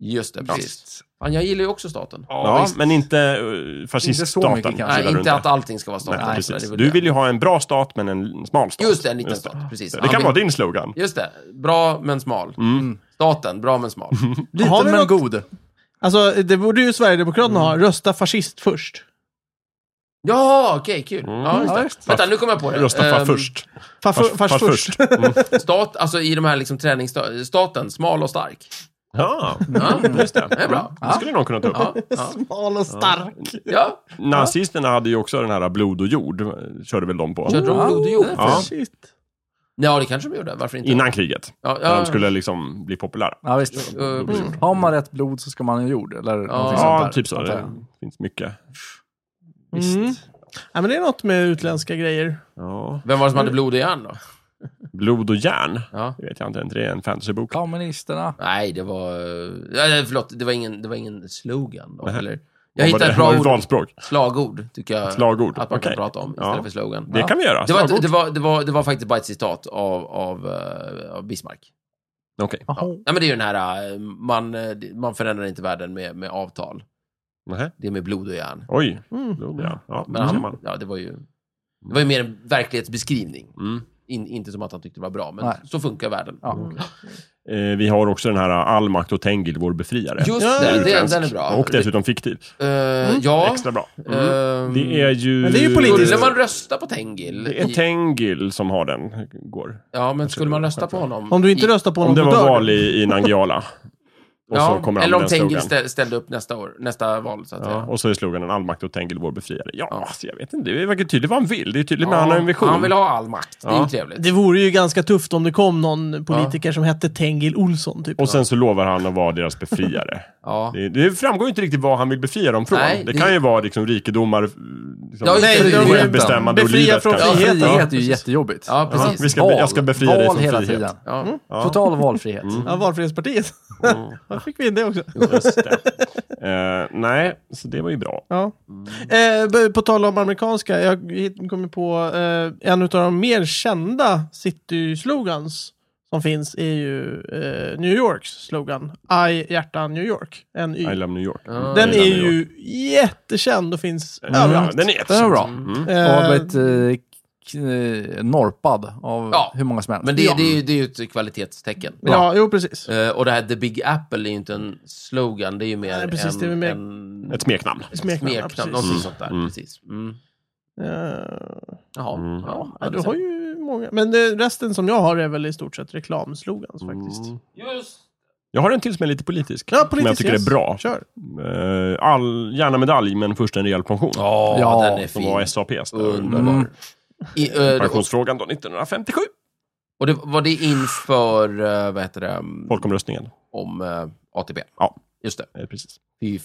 Speaker 4: Just det, precis. Fan, jag gillar ju också staten.
Speaker 3: Ja,
Speaker 2: visst.
Speaker 3: men inte eh, fasciststaten.
Speaker 2: mycket kanske.
Speaker 3: gillar
Speaker 4: Nej,
Speaker 3: du
Speaker 4: inte att allting ska vara
Speaker 3: Nej,
Speaker 4: statligt. Nej, det är
Speaker 3: precis.
Speaker 4: väl
Speaker 3: Du
Speaker 4: det.
Speaker 3: vill ju ha en bra stat, men en smal stat.
Speaker 4: Just det, en liten
Speaker 3: Just det.
Speaker 4: stat. Precis.
Speaker 3: Det
Speaker 4: Han
Speaker 3: kan
Speaker 4: vill-
Speaker 3: vara din slogan.
Speaker 4: Just det. Bra men smal.
Speaker 3: Mm.
Speaker 4: Staten, bra men smal.
Speaker 1: Har
Speaker 2: Liten
Speaker 1: vi
Speaker 2: men
Speaker 1: något-
Speaker 2: god.
Speaker 1: Alltså, det borde ju Sverigedemokraterna
Speaker 3: Mm.
Speaker 1: ha. Rösta fascist först.
Speaker 4: Ja, okej, kul. Ja, just
Speaker 2: Ja,
Speaker 4: det.
Speaker 2: just
Speaker 4: Vänta, nu kommer jag på det.
Speaker 3: Rösta för
Speaker 4: Ehm,
Speaker 3: först.
Speaker 1: Fast
Speaker 3: Fast- fast
Speaker 1: först.
Speaker 3: Mm.
Speaker 4: Stat, alltså i de här liksom träningsstaten, smal och stark.
Speaker 3: Ja,
Speaker 4: Ja,
Speaker 3: just det.
Speaker 4: är bra.
Speaker 3: Det skulle någon kunna ta upp.
Speaker 4: ja, ja.
Speaker 1: Smal och stark.
Speaker 4: ja.
Speaker 3: Nazisterna hade ju också den här blod och jord, körde väl de på.
Speaker 4: körde de blod och jord?
Speaker 3: Ja.
Speaker 1: Shit.
Speaker 4: Ja, det kanske de gjorde. Varför inte?
Speaker 3: Innan kriget.
Speaker 4: Ja,
Speaker 3: När
Speaker 4: ja.
Speaker 3: de skulle liksom bli populära.
Speaker 2: Ja, visst.
Speaker 4: Eh,
Speaker 3: Mm.
Speaker 2: Har man rätt blod så ska man ha jord, eller någonting sånt
Speaker 3: Ja,
Speaker 2: där,
Speaker 3: typ så.
Speaker 2: antar
Speaker 3: Det
Speaker 2: jag.
Speaker 3: finns mycket.
Speaker 1: Mm. Ja, men det är något med utländska grejer.
Speaker 3: Ja.
Speaker 4: Vem var det som hade blod i järn då?
Speaker 3: Blod och järn.
Speaker 4: Ja.
Speaker 3: Det vet jag inte. Det är en fantasybok.
Speaker 2: Kommunisterna.
Speaker 4: Nej, det var... eh, Ja, förlåt, det var ingen, det var ingen slogan. Då,
Speaker 3: Nej.
Speaker 4: eller? Jag
Speaker 3: Vad var
Speaker 4: hittade
Speaker 3: det?
Speaker 4: ett bra
Speaker 3: Var det
Speaker 4: ord.
Speaker 3: valspråk.
Speaker 4: Slagord, tycker jag.
Speaker 3: Slagord.
Speaker 4: Att man
Speaker 3: Okej.
Speaker 4: kan prata om istället
Speaker 3: Ja.
Speaker 4: för slogan.
Speaker 3: Det
Speaker 4: Ja.
Speaker 3: kan vi göra.
Speaker 4: det, var,
Speaker 3: Slagord.
Speaker 4: det, var, det, var, det var faktiskt bara ett citat av, av, eh, av Bismarck.
Speaker 3: Okej.
Speaker 4: Ja. Nej, men det är ju den här, eh, man, eh, man förändrar inte världen med, med avtal.
Speaker 3: Nähä.
Speaker 4: Det är med blod och järn.
Speaker 3: Oj.
Speaker 1: Mm.
Speaker 3: Blod och järn. Ja,
Speaker 4: Men
Speaker 3: det ser
Speaker 4: han,
Speaker 3: man.
Speaker 4: ja, det var ju... Det var ju mer en verklighetsbeskrivning.
Speaker 3: Mm.
Speaker 4: In, inte som att han tyckte det var bra, men
Speaker 2: Nej.
Speaker 4: så funkar världen.
Speaker 2: Ja.
Speaker 3: Eh, vi har också den här All makt och Tengil, vår befriare.
Speaker 4: Just
Speaker 1: Ja,
Speaker 4: det, det,
Speaker 3: Utländsk.
Speaker 4: den är bra.
Speaker 3: Och dessutom fiktiv.
Speaker 4: Eh, ja.
Speaker 3: Extra bra. Mm.
Speaker 4: ehm,
Speaker 3: Det är ju...
Speaker 1: Men det är ju politiskt.
Speaker 4: Skulle man rösta på Tengil?
Speaker 3: Det är
Speaker 4: i-
Speaker 3: Tengil som har den, går.
Speaker 4: Ja, men skulle man rösta på honom?
Speaker 1: Om du inte
Speaker 4: i-
Speaker 1: röstar på
Speaker 3: Om
Speaker 1: honom
Speaker 3: det
Speaker 1: då
Speaker 3: var
Speaker 1: dör
Speaker 3: val
Speaker 1: du.
Speaker 3: i, i Nangijala. Och så kommer han
Speaker 4: eller
Speaker 3: med
Speaker 4: om
Speaker 3: den
Speaker 4: Tengil
Speaker 3: slogan.
Speaker 4: ställ, ställde upp nästa år, nästa val så att
Speaker 3: Ja,
Speaker 4: säga.
Speaker 3: och så är sloganen all makt och Tengil vår befriare. Ja,
Speaker 4: Ja.
Speaker 3: Alltså, jag vet inte. Det verkar tydligt vad han vill. Det är tydligt, men han har en vision.
Speaker 4: Han vill ha all makt. Det är
Speaker 3: Ja.
Speaker 4: ju trevligt.
Speaker 1: Det vore ju ganska tufft om det kom någon politiker som hette Tengil Olsson. Typ.
Speaker 3: Och sen så lovar han att vara deras befriare.
Speaker 4: Ja.
Speaker 3: Det, det framgår ju inte riktigt vad han vill befria dem från.
Speaker 4: Nej,
Speaker 3: det,
Speaker 4: det-
Speaker 3: kan ju vara liksom rikedomar, f- liksom,
Speaker 4: Ja, just det,
Speaker 3: frihet,
Speaker 4: friheten.
Speaker 3: självbestämmande och
Speaker 1: Befria
Speaker 3: livet
Speaker 1: från
Speaker 3: kanske.
Speaker 1: frihet.
Speaker 2: Frihet
Speaker 1: Ja,
Speaker 2: är ju jättejobbigt.
Speaker 4: Ja,
Speaker 3: Ja,
Speaker 4: precis.
Speaker 3: vi ska, jag ska befria dig
Speaker 2: Val
Speaker 3: från
Speaker 2: hela
Speaker 3: frihet.
Speaker 2: tiden.
Speaker 4: Ja.
Speaker 2: Mm. Total valfrihet.
Speaker 1: Ja, Valfrihetspartiet. Där fick vi in det också.
Speaker 3: Just det. Eh, nej, så det var ju bra.
Speaker 1: Ja.
Speaker 3: Mm.
Speaker 1: Eh, b- på tal om amerikanska, jag hit- kommer på eh, en av de mer kända city-slogans som finns är ju eh, New Yorks slogan. I hjärta New York. En y.
Speaker 3: I love New York. Mm.
Speaker 4: Ja.
Speaker 1: Den
Speaker 3: I
Speaker 1: är
Speaker 3: love Mm. New York.
Speaker 1: ju jättekänd och finns
Speaker 3: Ja,
Speaker 1: överallt.
Speaker 3: den är
Speaker 2: Den är
Speaker 3: jättekänd.
Speaker 2: bra.
Speaker 3: Mm.
Speaker 2: Och har
Speaker 1: Eh,
Speaker 2: blivit eh, k- eh, norpad av
Speaker 4: Ja.
Speaker 2: hur många som helst.
Speaker 4: Men det,
Speaker 1: Ja.
Speaker 4: det, är ju- det är ju ett kvalitetstecken.
Speaker 1: ja, jo precis.
Speaker 4: Eh, och det här The Big Apple är ju inte en slogan, det är ju mer
Speaker 1: Nej, precis,
Speaker 4: en,
Speaker 1: det är mer-
Speaker 4: en
Speaker 3: Ett smeknamn.
Speaker 1: Smeknamn, ja,
Speaker 4: smeknamn,
Speaker 1: precis.
Speaker 4: någonting
Speaker 3: Mm.
Speaker 4: sånt där.
Speaker 3: Mm.
Speaker 4: Precis. Mm.
Speaker 1: Eh,
Speaker 4: Jaha.
Speaker 3: Mm.
Speaker 4: Ja,
Speaker 1: ja, du har ju många. Men eh, resten som jag har är väl i stort sett reklamslogans faktiskt.
Speaker 3: Mm.
Speaker 4: Just.
Speaker 3: Jag har en till som är lite politisk.
Speaker 1: Ja, politisk
Speaker 3: som jag tycker
Speaker 1: yes.
Speaker 3: är bra.
Speaker 1: Kör.
Speaker 3: Eh, All, gärna medalj, men först en rejäl pension.
Speaker 4: Ja,
Speaker 2: Ja,
Speaker 4: den är
Speaker 3: som
Speaker 4: fin.
Speaker 3: var SAPs. där.
Speaker 4: Underbar.
Speaker 2: Mm.
Speaker 4: I, eh, och,
Speaker 3: alltså. Mm. Pensionsfrågan då, 1957.
Speaker 4: och det, var det inför, eh, vad heter det, um,
Speaker 3: Folkomröstningen.
Speaker 4: om eh, ATP?
Speaker 3: Ja.
Speaker 4: Just det.
Speaker 3: Eh, Precis.
Speaker 4: Fy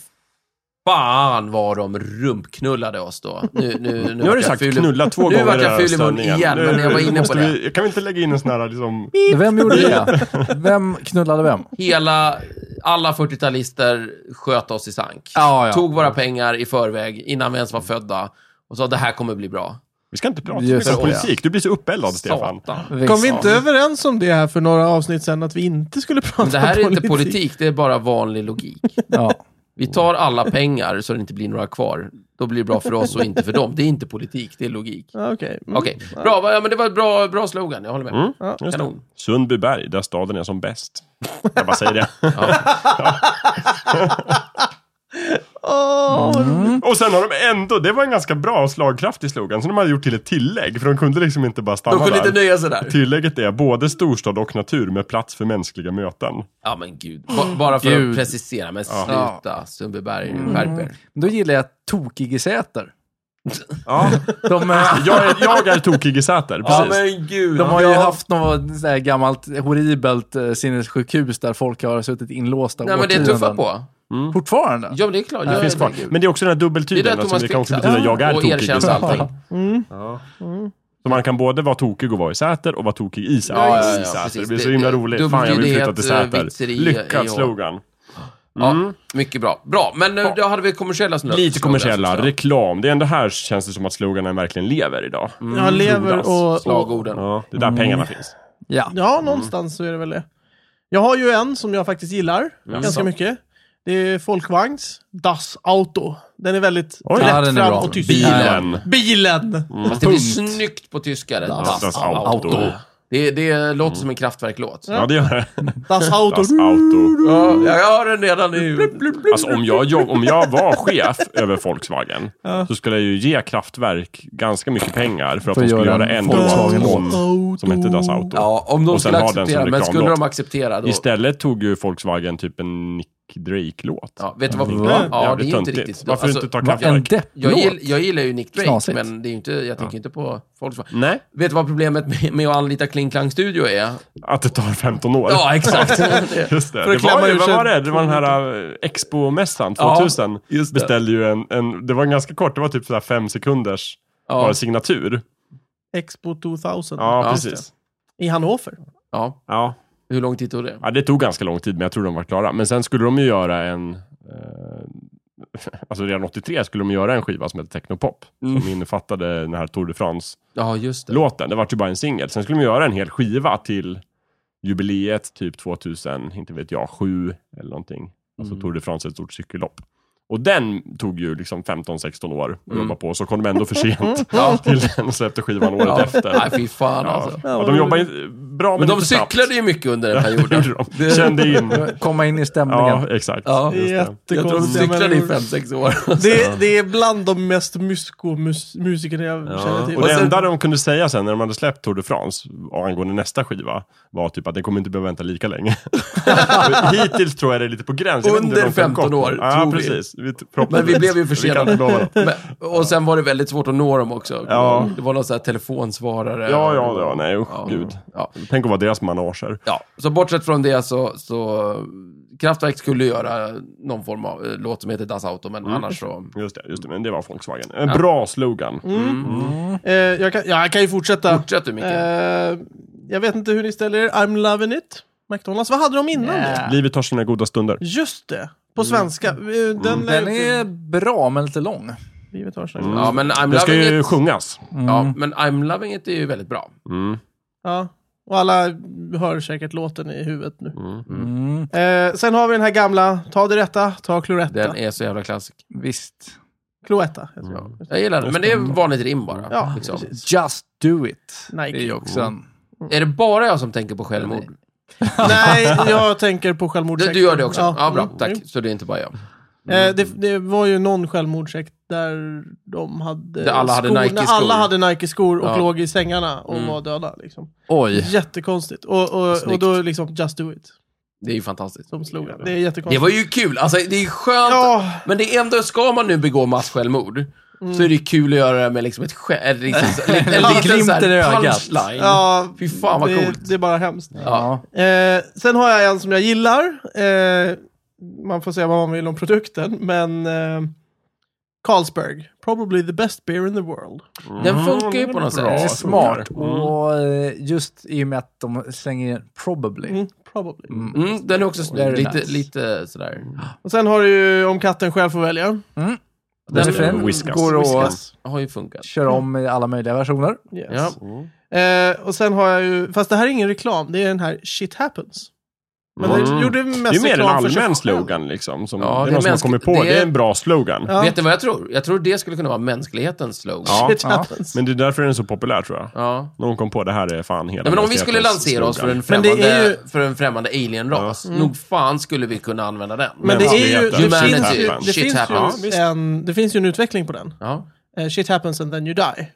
Speaker 4: fan vad de rumpknullade oss då. Nu, nu, nu,
Speaker 3: Nu har
Speaker 4: vart
Speaker 3: du
Speaker 4: jag
Speaker 3: sagt
Speaker 4: ful i-
Speaker 3: knulla två
Speaker 4: Nu
Speaker 3: gånger
Speaker 4: vart jag
Speaker 3: den här
Speaker 4: ful i mun
Speaker 3: stämningen.
Speaker 4: igen, men jag var inne på
Speaker 3: måste
Speaker 4: det.
Speaker 3: Vi, kan vi inte lägga in en sån här liksom...
Speaker 2: Vem gjorde det? Vem knullade vem?
Speaker 4: Hela, alla 40-talister sköt oss i sank.
Speaker 2: Ja, ja.
Speaker 4: Tog våra pengar i förväg innan vi ens var födda. Och sa det här kommer bli bra.
Speaker 3: Vi ska inte prata så
Speaker 2: Just
Speaker 3: mycket om
Speaker 2: det.
Speaker 3: politik. Du blir så uppeldad, Stefan.
Speaker 4: Satan.
Speaker 2: Visst.
Speaker 1: Kom vi inte överens om det här för några avsnitt sedan att vi inte skulle prata
Speaker 4: Men
Speaker 1: politik?
Speaker 4: det här är inte politik, det är bara vanlig logik.
Speaker 2: Ja.
Speaker 4: Vi tar alla pengar så det inte blir några kvar. Då blir det bra för oss och inte för dem. Det är inte politik, det är logik.
Speaker 1: Ja, Okej. Mm.
Speaker 4: Okej, bra. va- Ja, men det var ett bra, bra slogan. Jag håller med.
Speaker 3: Mm,
Speaker 1: Ja.
Speaker 3: just det.
Speaker 4: Kanon.
Speaker 3: Sundbyberg, där staden är som bäst. Jag bara säger det.
Speaker 1: Åh,
Speaker 3: Mm. Och sen har de ändå, det var en ganska bra och slagkraftig slogan, så de hade gjort till ett tillägg, för de kunde liksom inte bara stanna
Speaker 4: De kunde
Speaker 3: där.
Speaker 4: inte nöja sig där.
Speaker 3: Tillägget är både storstad och natur med plats för mänskliga möten.
Speaker 4: Ja, men gud. Ba- bara för
Speaker 2: Gud.
Speaker 4: att precisera, men sluta. Sundbyberg,
Speaker 3: Mm.
Speaker 4: skärp er.
Speaker 2: Då gillar jag Tokigisäter.
Speaker 3: Ja.
Speaker 2: De, eh,
Speaker 3: Jag är, jag är tokig i Säter, precis.
Speaker 4: men gud.
Speaker 2: de har ju haft något så här gammalt horribelt eh, sinnessjukhus där folk har suttit inlåsta
Speaker 4: Nej, men det är tuffa på.
Speaker 3: Mm.
Speaker 2: Fortfarande?
Speaker 4: Ja, men det är klart.
Speaker 3: Det
Speaker 4: Ja,
Speaker 3: finns kvar.
Speaker 4: herregud.
Speaker 3: Men det är också den här dubbeltyden,
Speaker 4: Det är där
Speaker 3: det, alltså,
Speaker 4: Thomas
Speaker 3: det kan
Speaker 4: Quick
Speaker 3: också
Speaker 4: satt.
Speaker 3: betyda jag är
Speaker 4: och
Speaker 3: tokig i
Speaker 4: erkänns
Speaker 3: Säter. Mm.
Speaker 4: allting.
Speaker 3: Så man kan både vara tokig och vara i Säter och vara tokig i Säter.
Speaker 4: Ja, ja, ja,
Speaker 3: I Säter.
Speaker 4: precis.
Speaker 3: Det blir så
Speaker 4: Det-
Speaker 3: himla
Speaker 4: det-
Speaker 3: roligt. Fan, jag vill flytta till
Speaker 4: dubbeltydighet, eh,
Speaker 3: Säter.
Speaker 4: vitseri,
Speaker 3: Lyckad
Speaker 4: eh,
Speaker 3: slogan.
Speaker 4: Ja, mycket bra. Bra, men eh, då hade vi kommersiella snö.
Speaker 3: Mm. Lite kommersiella,
Speaker 4: snö-
Speaker 3: reklam. Det är ändå här känns det som att sloganen verkligen lever idag.
Speaker 4: Mm.
Speaker 1: Jag lever och... och
Speaker 4: Slagorden.
Speaker 3: Ja, det är där
Speaker 4: Mm.
Speaker 3: pengarna finns.
Speaker 2: Ja.
Speaker 1: ja, någonstans så är det väl det. Jag har ju en som jag faktiskt gillar ganska mycket. Det är Folkvagns Das Auto. Den är väldigt
Speaker 3: Oj.
Speaker 1: lätt
Speaker 2: Ja, den är
Speaker 1: fram
Speaker 2: bra.
Speaker 1: och tyst.
Speaker 3: Bilen.
Speaker 1: Bilen!
Speaker 4: Mm. Fast det blir snyggt på tyskare.
Speaker 3: Dastas
Speaker 4: Das
Speaker 3: Auto.
Speaker 4: Auto. Det, det låter som en kraftverklåt. Ja.
Speaker 3: Ja, det gör det.
Speaker 1: Das Auto.
Speaker 3: Das Auto.
Speaker 4: jag har den redan i huvudet.
Speaker 3: Alltså om jag, jobb, om jag var chef över Volkswagen så skulle jag ju ge Kraftwerk ganska mycket pengar för att
Speaker 2: För
Speaker 3: de
Speaker 2: att
Speaker 3: skulle
Speaker 2: göra
Speaker 3: göra
Speaker 2: en
Speaker 3: en
Speaker 2: Volkswagen-låt.
Speaker 3: låt om, som hette Das Auto.
Speaker 4: Ja, om de
Speaker 3: Och sen
Speaker 4: skulle
Speaker 3: har den som
Speaker 4: acceptera, men skulle
Speaker 3: reklamlåt.
Speaker 4: de acceptera då?
Speaker 3: Istället tog ju Volkswagen typ en Nick Drake-låt.
Speaker 4: Ja, vet du vad?
Speaker 1: Va?
Speaker 4: Ja, det är
Speaker 3: Mm. Jävligt
Speaker 4: ju inte
Speaker 3: töntigt.
Speaker 4: riktigt...
Speaker 3: Varför
Speaker 4: alltså,
Speaker 3: inte ta
Speaker 2: Va, En
Speaker 3: Kraftwerk?
Speaker 2: depplåt?
Speaker 4: jag, gill, jag gillar ju Nick Drake,
Speaker 2: Knasigt.
Speaker 4: men det är ju inte, jag tänker inte på Volkswagen.
Speaker 3: Nej,
Speaker 4: Vet du vad problemet med, med att anlita Kling Klang Studio är?
Speaker 3: att det tar 15 år.
Speaker 4: Ja, exakt. Det-
Speaker 3: Just det.
Speaker 4: För att
Speaker 3: det
Speaker 4: klämma
Speaker 3: var ju,
Speaker 4: ur
Speaker 3: vad
Speaker 4: sig-
Speaker 3: var det? Det var den här eh, Expo-mässan
Speaker 4: Ja,
Speaker 3: 2000.
Speaker 4: just det.
Speaker 3: beställde ju en, en, det var en ganska kort, det var typ så här fem sekunders
Speaker 4: ja,
Speaker 3: bara signatur.
Speaker 1: Expo 2000.
Speaker 3: Ja,
Speaker 4: Ja,
Speaker 3: precis.
Speaker 1: I Hannover.
Speaker 4: ja.
Speaker 3: Ja.
Speaker 4: Hur lång tid tog det?
Speaker 3: ja, det tog ganska lång tid, men jag tror de var klara. Men sen skulle de ju göra en, eh, alltså redan 83 skulle de göra en skiva som hette Technopop,
Speaker 4: Mm.
Speaker 3: som innefattade den här Tour de France-låten.
Speaker 4: Ja, just det.
Speaker 3: Det var ju bara en singel. Sen skulle de göra en hel skiva till jubileet, typ 2000, inte vet jag, 7 eller någonting. Alltså
Speaker 4: Mm.
Speaker 3: Tour de France, ett stort cykellopp. Och den tog ju liksom 15-16 år att
Speaker 4: Mm.
Speaker 3: jobba på, så kom de ändå för sent
Speaker 4: Ja.
Speaker 3: till den och släppte skivan året
Speaker 4: Ja.
Speaker 3: efter.
Speaker 4: Nej, fy fan
Speaker 3: Ja.
Speaker 4: alltså.
Speaker 3: Ja, de jobbar ju bra men,
Speaker 4: Men de
Speaker 3: inte snabbt.
Speaker 4: cyklade ju mycket under den
Speaker 3: Det
Speaker 4: perioden.
Speaker 3: gjorde de. Kände in.
Speaker 2: Komma in i stämningen.
Speaker 3: Ja, exakt.
Speaker 4: Ja.
Speaker 3: Just det.
Speaker 4: Jag tror de
Speaker 1: Jättekonstiga
Speaker 4: cyklade i
Speaker 1: människor.
Speaker 4: 5-6 år.
Speaker 1: Det, det är bland de mest mysko-musikerna jag känner till.
Speaker 3: Och det
Speaker 4: sen-
Speaker 3: enda de kunde säga sen när de hade släppt Tour de France angående nästa skiva var typ att den kommer inte behöva vänta lika länge. Hittills tror jag det är lite på gränsen. Jag vet inte hur
Speaker 4: Under
Speaker 3: de kom
Speaker 4: 15 år,
Speaker 3: Ja,
Speaker 4: tror vi.
Speaker 3: precis. Vi.
Speaker 4: Men vi blev ju
Speaker 3: kan
Speaker 4: försenade.
Speaker 3: inte lova något.
Speaker 4: Men, och sen var det väldigt svårt att nå dem också.
Speaker 3: Ja.
Speaker 4: Det var någon sån här telefonsvarare.
Speaker 3: Ja, ja, ja, nej usch,
Speaker 4: Ja.
Speaker 3: gud.
Speaker 4: Ja.
Speaker 3: Tänk att vara deras manager.
Speaker 4: Ja, så bortsett från det så, så Kraftwerk skulle göra någon form av eh, låt som heter Das Auto, men
Speaker 3: Mm.
Speaker 4: annars så...
Speaker 3: Just det, just det, men det var Volkswagen. En bra slogan.
Speaker 4: Mm.
Speaker 1: Eh, jag, kan, ja, jag kan ju fortsätta.
Speaker 4: Fortsätt du, Micke.
Speaker 1: Eh, jag vet inte hur ni ställer er. I'm loving it. McDonalds. Vad hade de innan det?
Speaker 3: Livet har sina goda stunder.
Speaker 1: Just det.
Speaker 4: Mm.
Speaker 1: På svenska. Eh, Den,
Speaker 2: Den är bra, men lite lång.
Speaker 1: Livet har sina
Speaker 4: Ja, men I'm
Speaker 3: Det ska
Speaker 4: loving
Speaker 3: ju Mm.
Speaker 4: it...
Speaker 3: sjungas.
Speaker 4: Ja, men I'm loving it är ju väldigt bra.
Speaker 3: Mm.
Speaker 1: Ja. Och alla hör säkert låten i huvudet nu.
Speaker 2: Mm.
Speaker 1: Eh, sen har vi den här gamla, ta det rätta, ta kloretta.
Speaker 4: Den är så jävla klassisk.
Speaker 2: Visst.
Speaker 1: Cloetta heter den.
Speaker 3: Mm.
Speaker 4: Jag gillar den, men det är vanligt rim bara.
Speaker 1: Ja,
Speaker 4: liksom.
Speaker 1: precis.
Speaker 2: Just do it.
Speaker 1: Nike.
Speaker 2: Det är ju också en...
Speaker 4: Är det bara jag som tänker på självmord?
Speaker 1: Nej, jag tänker på självmordssekten.
Speaker 4: Du, du gör det också? Ja, bra.
Speaker 1: Mm.
Speaker 4: Tack. Så det är inte bara jag. Mm.
Speaker 1: Eh, det, det var ju någon självmordsekt där de hade
Speaker 4: Där alla hade
Speaker 1: skor, när
Speaker 4: Nike-skor.
Speaker 1: alla hade Nike-skor och
Speaker 4: Ja.
Speaker 1: låg i sängarna och
Speaker 4: Mm.
Speaker 1: var döda. Liksom.
Speaker 2: Oj.
Speaker 1: Jättekonstigt. Och, och, och
Speaker 4: Snyggt.
Speaker 1: då liksom just do it
Speaker 4: Det är ju fantastiskt.
Speaker 1: som slogan. Det är jättekonstigt.
Speaker 4: Det var ju Mm. kul. Alltså, det är skönt.
Speaker 1: Ja,
Speaker 4: Men det är ändå, ska man nu begå massjälvmord, så är det
Speaker 1: Mm.
Speaker 4: ju kul att göra det med liksom ett skä- en liksom, så- en liten
Speaker 2: glimt
Speaker 4: så
Speaker 2: i
Speaker 4: här
Speaker 2: ögat.
Speaker 4: punchline.
Speaker 1: ja,
Speaker 4: Fy fan, vad
Speaker 1: det,
Speaker 4: coolt.
Speaker 1: det är bara hemskt.
Speaker 4: Ja.
Speaker 1: Eh, sen har jag en som jag gillar. Eh, man får säga vad man vill om produkten, men eh, Carlsberg. Probably the best beer in the world.
Speaker 4: Den funkar ju
Speaker 3: Mm,
Speaker 4: på något
Speaker 3: bra.
Speaker 2: Det är
Speaker 4: sätt.
Speaker 2: smart.
Speaker 3: Mm.
Speaker 2: Och eh, just i och med att de slänger in probably.
Speaker 1: Mm, probably.
Speaker 4: Mm, den är också snygg.
Speaker 2: Very
Speaker 4: Lite,
Speaker 2: nice.
Speaker 4: lite sådär.
Speaker 1: Och sen har du ju Om katten själv får välja.
Speaker 2: Den,
Speaker 4: Den-
Speaker 2: den
Speaker 3: Whiskas.
Speaker 2: går att
Speaker 1: Whiskas.
Speaker 4: Har ju funkat.
Speaker 2: köra om i alla möjliga versioner.
Speaker 1: Yes.
Speaker 4: Ja.
Speaker 3: Mm.
Speaker 1: Eh, och sen har jag ju, fast det här är ingen reklam, det är den här Shit happens. Men
Speaker 3: Mm.
Speaker 1: den gjorde
Speaker 3: Det
Speaker 1: mest
Speaker 3: är mer en
Speaker 1: reklam för sig
Speaker 3: allmän
Speaker 1: själv.
Speaker 3: slogan liksom. Som,
Speaker 4: Ja,
Speaker 3: det
Speaker 4: det
Speaker 3: är
Speaker 4: är
Speaker 3: någon som har
Speaker 4: mänsk-
Speaker 3: kommit på. Det
Speaker 4: det
Speaker 3: är,
Speaker 4: är-
Speaker 3: en bra slogan.
Speaker 1: Ja.
Speaker 4: Vet ni vad jag tror? Jag tror det skulle kunna vara mänsklighetens slogan. Ja.
Speaker 3: Ja.
Speaker 1: Shit
Speaker 2: Ja.
Speaker 1: happens.
Speaker 3: Men det är därför den är så populär tror jag. Någon kom på det här är fan hela
Speaker 4: Nej, men om vi skulle
Speaker 3: mänsklighetens
Speaker 4: lansera oss för
Speaker 3: slogan.
Speaker 4: en
Speaker 1: Men det är
Speaker 4: främmande, för en främmande alienras, nog fan skulle vi kunna använda den.
Speaker 1: Men det är ju, det
Speaker 3: Mänskligheten.
Speaker 1: finns ju,
Speaker 3: Humanity.
Speaker 1: det
Speaker 4: Shit
Speaker 1: finns
Speaker 4: happens.
Speaker 1: ju, en, det finns ju en utveckling på den.
Speaker 4: Ja,
Speaker 1: Eh, shit happens and then you die.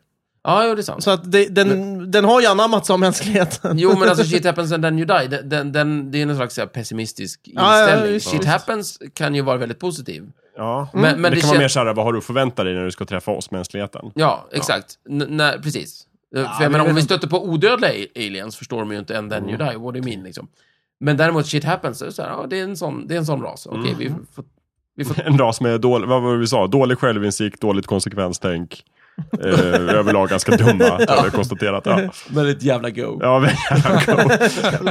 Speaker 4: ja jo, det är sant.
Speaker 1: Så att det, den, den har ju anammats av mänskligheten.
Speaker 4: Jo, men alltså shit happens and then you die. Den, den, den, det är någon slags så här, pessimistisk
Speaker 1: Ja, ja,
Speaker 4: inställning.
Speaker 1: visst,
Speaker 4: shit
Speaker 1: visst.
Speaker 4: happens kan ju vara väldigt positiv.
Speaker 3: Ja.
Speaker 4: Men- men
Speaker 3: det,
Speaker 4: det
Speaker 3: kan vara
Speaker 4: kän-
Speaker 3: mer såhär, vad har du att förvänta dig när du ska träffa oss, mänskligheten?
Speaker 4: Ja, exakt. N- när- precis. Eh, För jag menar, om vi stöter på odödliga a- aliens förstår de ju inte and then you die, what do you mean, liksom. Men däremot shit happens, så är det, så här, ja, det, är, en sån, det är en sån ras. Okej, vi får... Vi får
Speaker 3: En ras med dålig, vad var det vi sa? Dålig självinsikt, dåligt konsekvenstänk. Eh, överlag ganska dumma, har vi konstaterat. Ja,
Speaker 4: Väldigt jävla go.
Speaker 3: ja men, go.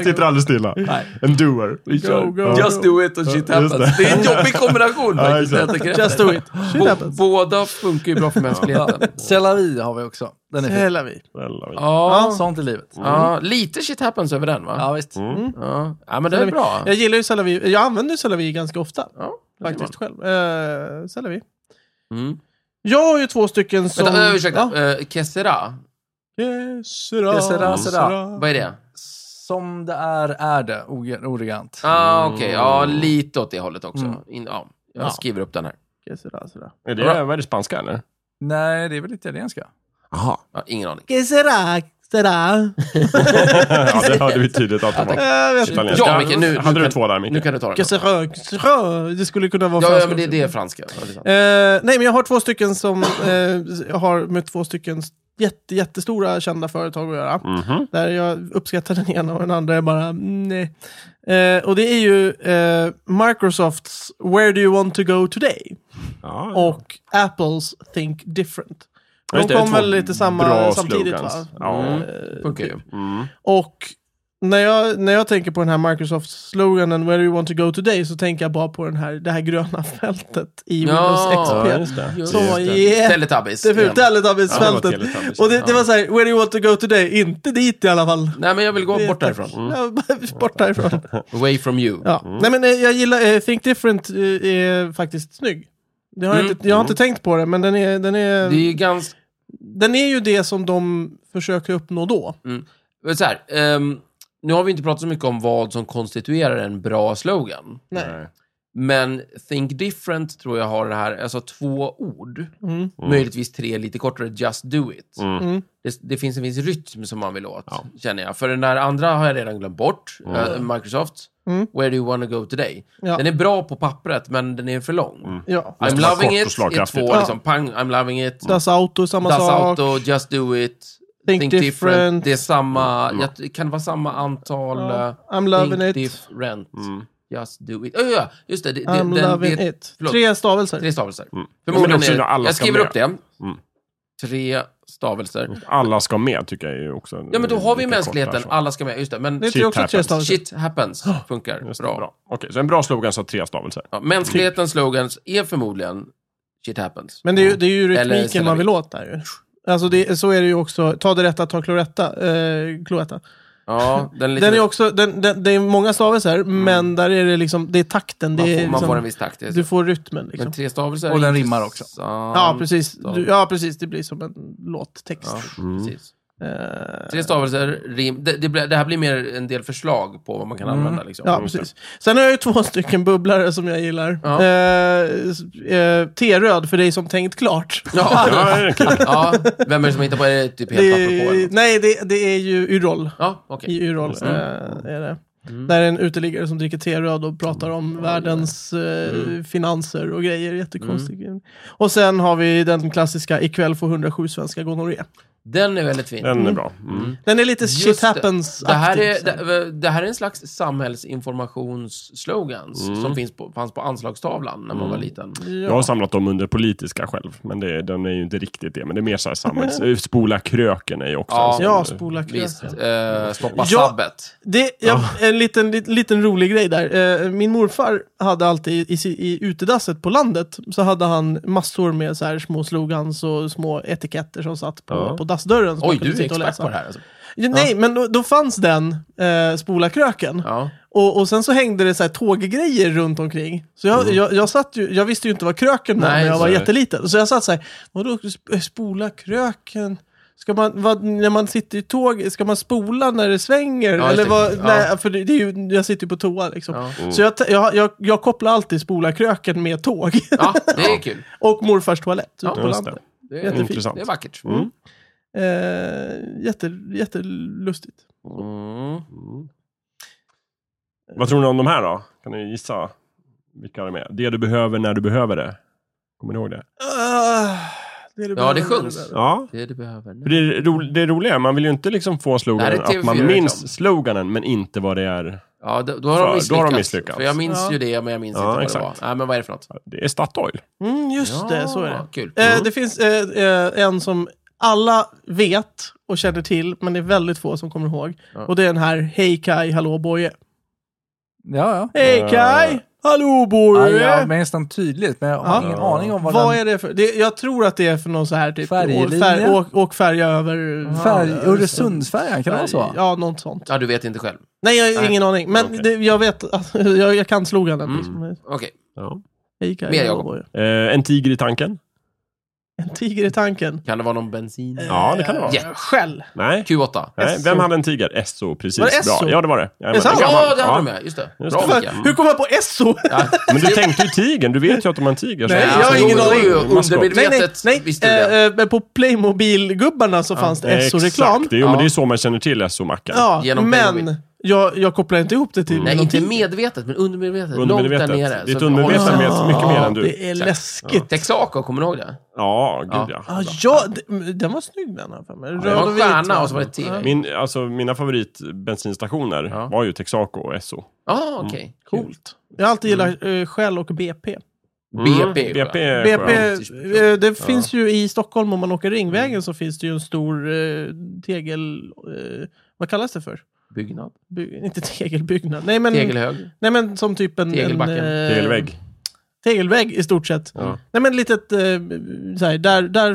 Speaker 3: Sitter aldrig stilla. En doer. Vi kör.
Speaker 1: go,
Speaker 3: Ja.
Speaker 4: Just do it och shit
Speaker 3: Oh, Ja, just
Speaker 4: happens.
Speaker 3: det.
Speaker 4: Det. är en jobbig kombination
Speaker 3: Ja,
Speaker 4: faktiskt.
Speaker 3: exakt.
Speaker 4: jag tänker
Speaker 1: Just
Speaker 4: efter.
Speaker 1: do it. Shit
Speaker 4: Bo-
Speaker 1: happens.
Speaker 4: Båda funkar ju bra för mänskligheten.
Speaker 2: Cellavi har vi också. Den är fin.
Speaker 1: Hela vi.
Speaker 3: Snälla vi.
Speaker 4: Ja,
Speaker 2: Ja, sånt i livet.
Speaker 4: ja, lite shit happens över den va?
Speaker 2: Ja, visst.
Speaker 3: Mm.
Speaker 4: Ja, ja men det är bra.
Speaker 1: Jag gillar ju Selavi. Jag använder ju Selavi ganska ofta.
Speaker 4: Ja,
Speaker 1: Faktiskt själv. Uh, Selavi.
Speaker 4: Mm.
Speaker 1: Jag har ju två stycken som...
Speaker 4: Vänta, eh, ursäkta.
Speaker 1: Ja.
Speaker 4: Ja. Kessera?
Speaker 1: Det sera,
Speaker 2: Det sera, sera.
Speaker 4: Vad är det?
Speaker 2: Som det är, är det. Oge- Oregant.
Speaker 3: Mm.
Speaker 4: Ah, okej. Ja, lite åt det hållet också. In, ja, jag
Speaker 1: Mm. Ja.
Speaker 4: skriver upp den här.
Speaker 1: Det sera, sera.
Speaker 3: Är det, vad är det spanska eller?
Speaker 2: Nej, det är väl italienska?
Speaker 3: Jaha.
Speaker 4: Ja, ingen aning.
Speaker 1: Que sera, sera.
Speaker 3: ja, det hörde vi tydligt att det var
Speaker 1: Eh, Jag vet inte.
Speaker 3: italienska.
Speaker 4: Ja, Micke, nu- nu
Speaker 3: Hade du
Speaker 4: kan-
Speaker 3: två där, Micke?
Speaker 4: Nu kan du ta
Speaker 1: Que
Speaker 4: den.
Speaker 1: sera, que sera. Det skulle kunna vara
Speaker 4: Ja, ja,
Speaker 1: franska
Speaker 4: men det,
Speaker 1: också.
Speaker 4: det är franska. Ja, det är sant.
Speaker 1: Eh, nej, men jag har två stycken som eh, jag har med två stycken jätte, jättestora kända företag att göra.
Speaker 3: Mhm.
Speaker 1: Där jag uppskattar den ena och den andra är bara mm, nej. Eh, och det är ju eh, Microsofts Where do you want to go today?
Speaker 3: Ja, ja.
Speaker 1: Och Apples Think different.
Speaker 3: Ja, just
Speaker 1: De
Speaker 3: det,
Speaker 1: kom
Speaker 3: två
Speaker 1: väl lite
Speaker 3: bra
Speaker 1: samma, samtidigt va?
Speaker 3: slogans. Ja.
Speaker 1: Eh,
Speaker 4: Funkar ju.
Speaker 3: Mm.
Speaker 1: och när jag, när jag tänker på den här Microsoft-sloganen Where do you want to go today så tänker jag bara på den här, det här gröna fältet i Windows XP.
Speaker 3: Ja, just det.
Speaker 4: Just
Speaker 1: Som
Speaker 4: det.
Speaker 1: var jättefult.
Speaker 4: Teletubbies. igen.
Speaker 1: Teletubbies-fältet.
Speaker 3: Ja, det var Teletubbies,
Speaker 1: och det, det
Speaker 3: ja.
Speaker 1: var så här, where do you want to go today? Inte dit i alla fall.
Speaker 4: Nej, men jag vill gå
Speaker 1: Det-
Speaker 4: bort därifrån.
Speaker 1: Ja, bort därifrån.
Speaker 4: Away from you.
Speaker 1: Ja. Nej, men eh, jag gillar, eh, Think Different eh, är faktiskt snygg. Det har jag,
Speaker 4: Mm.
Speaker 1: inte, jag har inte tänkt på det, men den är, den, är,
Speaker 4: Det är ju ganska...
Speaker 1: den är ju det som de försöker uppnå då.
Speaker 4: Mm. Så här, ehm, nu har vi inte pratat så mycket om vad som konstituerar en bra slogan.
Speaker 1: Nej.
Speaker 4: Men think different tror jag har det här, alltså två ord.
Speaker 1: Mm.
Speaker 4: Möjligtvis tre lite kortare, just do it.
Speaker 3: Mm.
Speaker 1: Mm.
Speaker 4: Det, det finns en viss rytm som man vill åt,
Speaker 3: Ja.
Speaker 4: känner jag. För den där andra har jag redan glömt bort, eh, Microsoft.
Speaker 1: Mm.
Speaker 4: Where do you wanna go today?
Speaker 1: Ja.
Speaker 4: Den är bra på pappret, men den är för lång.
Speaker 1: Ja.
Speaker 3: Måste
Speaker 4: I'm
Speaker 3: vara
Speaker 4: loving
Speaker 3: Mm.
Speaker 4: it
Speaker 3: kort och
Speaker 4: är
Speaker 3: slagkraftigt.
Speaker 4: två,
Speaker 1: Ja.
Speaker 4: liksom, pang, I'm loving it.
Speaker 1: Das Auto, samma
Speaker 4: Das
Speaker 1: sak.
Speaker 4: Auto, Just Do It,
Speaker 1: Think Different. Mm.
Speaker 4: Det är samma, jag, kan det vara samma antal.
Speaker 1: Ja.
Speaker 4: eh,
Speaker 1: I'm loving
Speaker 4: think
Speaker 1: it. Mm.
Speaker 4: Different,
Speaker 3: Mm.
Speaker 4: Just Do It. Oh, ja, just det. det, det
Speaker 1: I'm
Speaker 4: den-
Speaker 1: loving it.
Speaker 4: det,
Speaker 1: Mm.
Speaker 4: förlåt.
Speaker 1: Tre stavelser.
Speaker 4: Tre stavelser.
Speaker 3: Men
Speaker 4: Förmodligen
Speaker 3: också
Speaker 4: är, det-
Speaker 3: alla
Speaker 4: jag
Speaker 3: ska
Speaker 4: skriver
Speaker 3: med.
Speaker 4: upp det.
Speaker 1: Mm.
Speaker 4: Tre stavelser.
Speaker 3: Alla ska med tycker jag är ju också.
Speaker 4: Ja, men då har vi
Speaker 3: lika kort där
Speaker 4: mänskligheten.
Speaker 3: som-
Speaker 4: Alla ska med. Just det. Men
Speaker 1: Det är
Speaker 3: Shit
Speaker 1: också tre
Speaker 3: happens.
Speaker 1: stavelser. Ah,
Speaker 4: shit happens funkar
Speaker 3: Just det,
Speaker 4: bra.
Speaker 3: bra. Okej, så en bra slogan så har tre stavelser.
Speaker 4: Ja, mänsklighetens slogans är förmodligen shit happens.
Speaker 1: Men det är ju, det är ju
Speaker 4: Eller
Speaker 1: rytmiken man
Speaker 4: Stellavik.
Speaker 1: vill åt där ju. Alltså det, så är det ju också, ta det rätta, ta kloretta. Eh, kloetta.
Speaker 4: Ja, den är, lite,
Speaker 1: Den är också, den, den, det är många stavelser, men där är det liksom, det är takten. Det
Speaker 4: Mm. man,
Speaker 1: är
Speaker 4: får, man
Speaker 1: liksom,
Speaker 4: får en viss takt. det är så.
Speaker 1: du får rytmen liksom.
Speaker 4: Men tre stavelser
Speaker 2: Och
Speaker 4: är
Speaker 2: den rimmar också.
Speaker 4: intressant.
Speaker 1: Ja, precis. Du, ja, precis. Det blir som en låttext.
Speaker 4: Ja,
Speaker 3: Mm.
Speaker 4: precis.
Speaker 1: Eh,
Speaker 4: Tre stavelser, rim. Det, det, blir- det här blir mer en del förslag på vad man kan använda. Liksom.
Speaker 1: Mm. ja,
Speaker 3: Mm.
Speaker 1: precis. Sen har jag ju två stycken bubblare som jag gillar.
Speaker 4: Ja.
Speaker 1: Eh, eh, T-röd för dig som tänkt klart.
Speaker 4: Ja.
Speaker 3: Ja, det är kul.
Speaker 4: ja, vem är det som hittar på det? Är det typ helt apropå?
Speaker 1: Det,
Speaker 4: eller något?
Speaker 1: nej, det, det är ju Yrrol.
Speaker 4: Ja, okej.
Speaker 1: i Ural eh, är det.
Speaker 4: Mm.
Speaker 1: Där är en uteliggare som dricker teröd och pratar om världens eh,
Speaker 4: Mm.
Speaker 1: finanser och grejer. Jättekonstigt. Och sen har vi den klassiska Ikväll får 107 svenska gonorré.
Speaker 4: Den är väldigt fin.
Speaker 3: Den är bra. Mm.
Speaker 1: Den är lite shit
Speaker 4: Just det.
Speaker 1: happens
Speaker 4: Det här, är, det, eh, det här är en slags samhällsinformationsslogans
Speaker 3: Mm.
Speaker 4: som finns på, fanns på anslagstavlan när man var liten.
Speaker 3: Jag har samlat dem under politiska själv, men det, den är ju inte riktigt det. Men det är mer så här samhälls... Spola kröken är ju också
Speaker 4: Ja.
Speaker 3: en sån-
Speaker 1: Ja, spola kröken.
Speaker 4: Visst. Eh, stoppa
Speaker 1: Ja.
Speaker 4: sabbet.
Speaker 1: Det, ja, En liten, liten, liten rolig grej där. Eh, Min morfar hade alltid i, i, i utedasset på landet så hade han massor med så här små slogans och små etiketter som satt på,
Speaker 3: Ja.
Speaker 1: på dassdörren. som
Speaker 4: Oj,
Speaker 1: man kunde
Speaker 4: du är
Speaker 1: sitta och
Speaker 4: expert
Speaker 1: läsa.
Speaker 4: på det här. Alltså.
Speaker 1: Ja, nej, men då, då fanns den eh, spola kröken.
Speaker 4: Ja.
Speaker 1: Och, och sen så hängde det så här tåggrejer runt omkring. Så jag, jag, jag, satt ju, jag visste ju inte vad kröken var
Speaker 4: Mm. Nej,
Speaker 1: när jag var
Speaker 3: så är det.
Speaker 1: jätteliten. Så jag satt så här, vadå sp- spola kröken? Ska man, vad, när man sitter i tåg, ska man spola när det svänger?
Speaker 4: Ja, just
Speaker 1: Eller
Speaker 4: det.
Speaker 1: vad,
Speaker 4: Ja.
Speaker 1: nej, för det, det är ju, jag sitter ju på toa liksom.
Speaker 4: Ja. Mm.
Speaker 1: Så jag, t- jag, jag, jag kopplar alltid spola kröken med tåg.
Speaker 4: ja, det är kul.
Speaker 1: och morfars toalett ute
Speaker 4: Ja,
Speaker 1: på
Speaker 3: Just
Speaker 1: landet.
Speaker 3: det.
Speaker 4: Det är,
Speaker 1: Jättefint.
Speaker 3: Intressant.
Speaker 4: det är vackert.
Speaker 3: Mm.
Speaker 1: Eh, jätte, jättelustigt.
Speaker 4: Mm.
Speaker 3: Vad tror ni om de här då? Kan ni gissa vilka de är? Det du behöver när du behöver det. Kommer ni ihåg det?
Speaker 1: Ah, det
Speaker 4: Ja, det
Speaker 1: behöver,
Speaker 4: sjungs.
Speaker 1: behöver.
Speaker 3: Ja.
Speaker 4: Det du behöver nu.
Speaker 3: För det, är ro, det är roliga, man vill ju inte liksom få sloganen
Speaker 4: Det här är
Speaker 3: att man
Speaker 4: TV4-reklam.
Speaker 3: minns sloganen men inte vad det är.
Speaker 4: Ja, då, då, har de
Speaker 3: För- då har de
Speaker 4: misslyckats.
Speaker 3: misslyckats.
Speaker 4: För jag minns
Speaker 1: Ja.
Speaker 4: ju det, men jag minns
Speaker 3: Ja,
Speaker 4: inte vad
Speaker 3: exakt.
Speaker 4: det var. Nej, men vad är det för något?
Speaker 3: Det är Statoil.
Speaker 1: Mm, just det, så är det.
Speaker 4: Kul. Mm.
Speaker 2: Mm.
Speaker 1: Eh, det finns eh, eh, en som alla vet och känner till, men det är väldigt få som kommer ihåg. Och det är den här Hej Kaj, hallå Boje.
Speaker 2: Ja, ja.
Speaker 1: Hej Kaj, hallå
Speaker 2: Ja,
Speaker 1: Boje!
Speaker 2: jag minns den tydligt, men jag har
Speaker 1: Ja.
Speaker 2: ingen aning om vad,
Speaker 1: Vad
Speaker 2: den...
Speaker 1: är det för? Det, jag tror att det är för någon så här typ...
Speaker 2: Färjelinje?
Speaker 1: Åk, fär, åk, åk färja över...
Speaker 2: Färg... Öresundsfärjan, kan det vara så?
Speaker 1: Ja, något sånt.
Speaker 4: Ja, du vet inte själv.
Speaker 1: Nej, jag har ingen aning. Men
Speaker 3: Okej.
Speaker 1: det, jag vet, att- jag, jag kan sloganen.
Speaker 4: Mm.
Speaker 1: Liksom.
Speaker 4: Okej.
Speaker 3: Ja.
Speaker 1: Hej Kaj,
Speaker 4: Mer,
Speaker 1: hallå
Speaker 4: Jakob.
Speaker 1: Boje.
Speaker 3: Eh, en tiger i tanken.
Speaker 1: En tiger i tanken.
Speaker 4: Kan det vara någon bensin?
Speaker 3: Ja, det kan det vara.
Speaker 1: Eh, Skäll.
Speaker 3: Nej.
Speaker 4: Q8.
Speaker 3: Nej,
Speaker 1: SO.
Speaker 3: vem hade en tiger? SO, precis.
Speaker 1: Var det SO?
Speaker 3: Bra. Ja, det var det. Jajamän.
Speaker 1: Är det sant?
Speaker 3: Gammal.
Speaker 4: Ja, det hade de ja. Just det.
Speaker 3: Just
Speaker 4: Bra,
Speaker 3: det.
Speaker 4: Mikael.
Speaker 1: Fan, Hur kom jag på SO?
Speaker 4: Ja.
Speaker 3: Men du tänkte ju tigern. Du vet ju att de har en tiger.
Speaker 1: Nej,
Speaker 4: Ja,
Speaker 1: jag har
Speaker 4: alltså,
Speaker 1: ingen
Speaker 4: jo,
Speaker 1: aning.
Speaker 4: jo, jo,
Speaker 3: Maskot.
Speaker 1: Nej, nej,
Speaker 4: Undermedvetet
Speaker 1: nej.
Speaker 4: visste du det.
Speaker 1: Eh, eh, på Playmobil-gubbarna så fanns det SO-reklam.
Speaker 3: eh, Exakt. Det är, ja. men
Speaker 4: Ja.
Speaker 3: det är så man känner till SO-mackan.
Speaker 1: Ja,
Speaker 4: Genom Playmobil.
Speaker 1: men jag, jag kopplar inte ihop det till
Speaker 4: Nej,
Speaker 1: någonting.
Speaker 4: inte medvetet, men undermedvetet.
Speaker 3: Undermedvetet.
Speaker 4: Långt där nere.
Speaker 3: Ditt
Speaker 4: Så-
Speaker 3: undermedvetna
Speaker 4: Ja.
Speaker 3: vet mycket mer än du.
Speaker 1: Det är
Speaker 4: Exakt.
Speaker 1: läskigt.
Speaker 4: Texaco, kommer du ihåg det?
Speaker 3: Ja, gud ja.
Speaker 1: Ja, ja, d- den var snygg den. Här, för mig.
Speaker 4: Det
Speaker 1: Röd
Speaker 4: var
Speaker 1: och
Speaker 4: en
Speaker 1: vit.
Speaker 4: stjärna och så var det
Speaker 1: va?
Speaker 4: ett tiger.
Speaker 3: Min, alltså, mina favoritbensinstationer
Speaker 4: Ja.
Speaker 3: var ju Texaco och SO.
Speaker 4: Ja, Ah, okej.
Speaker 1: Coolt. Jag har alltid gillat eh, Shell och BP.
Speaker 3: Mm.
Speaker 4: BP.
Speaker 3: BP, är
Speaker 1: BP,
Speaker 3: skönt.
Speaker 1: eh, det finns ju i Stockholm, om man åker Ringvägen, så finns det ju en stor eh, tegel... Eh, vad kallas det för?
Speaker 4: Byggnad.
Speaker 1: By, inte tegelbyggnad. Nej men,
Speaker 4: Tegelhög.
Speaker 1: nej, men som typ en...
Speaker 4: Tegelbacken.
Speaker 1: En, eh,
Speaker 3: Tegelvägg.
Speaker 1: tegelvägg i stort sett.
Speaker 3: Ja.
Speaker 1: Nej men litet, eh, såhär, där, där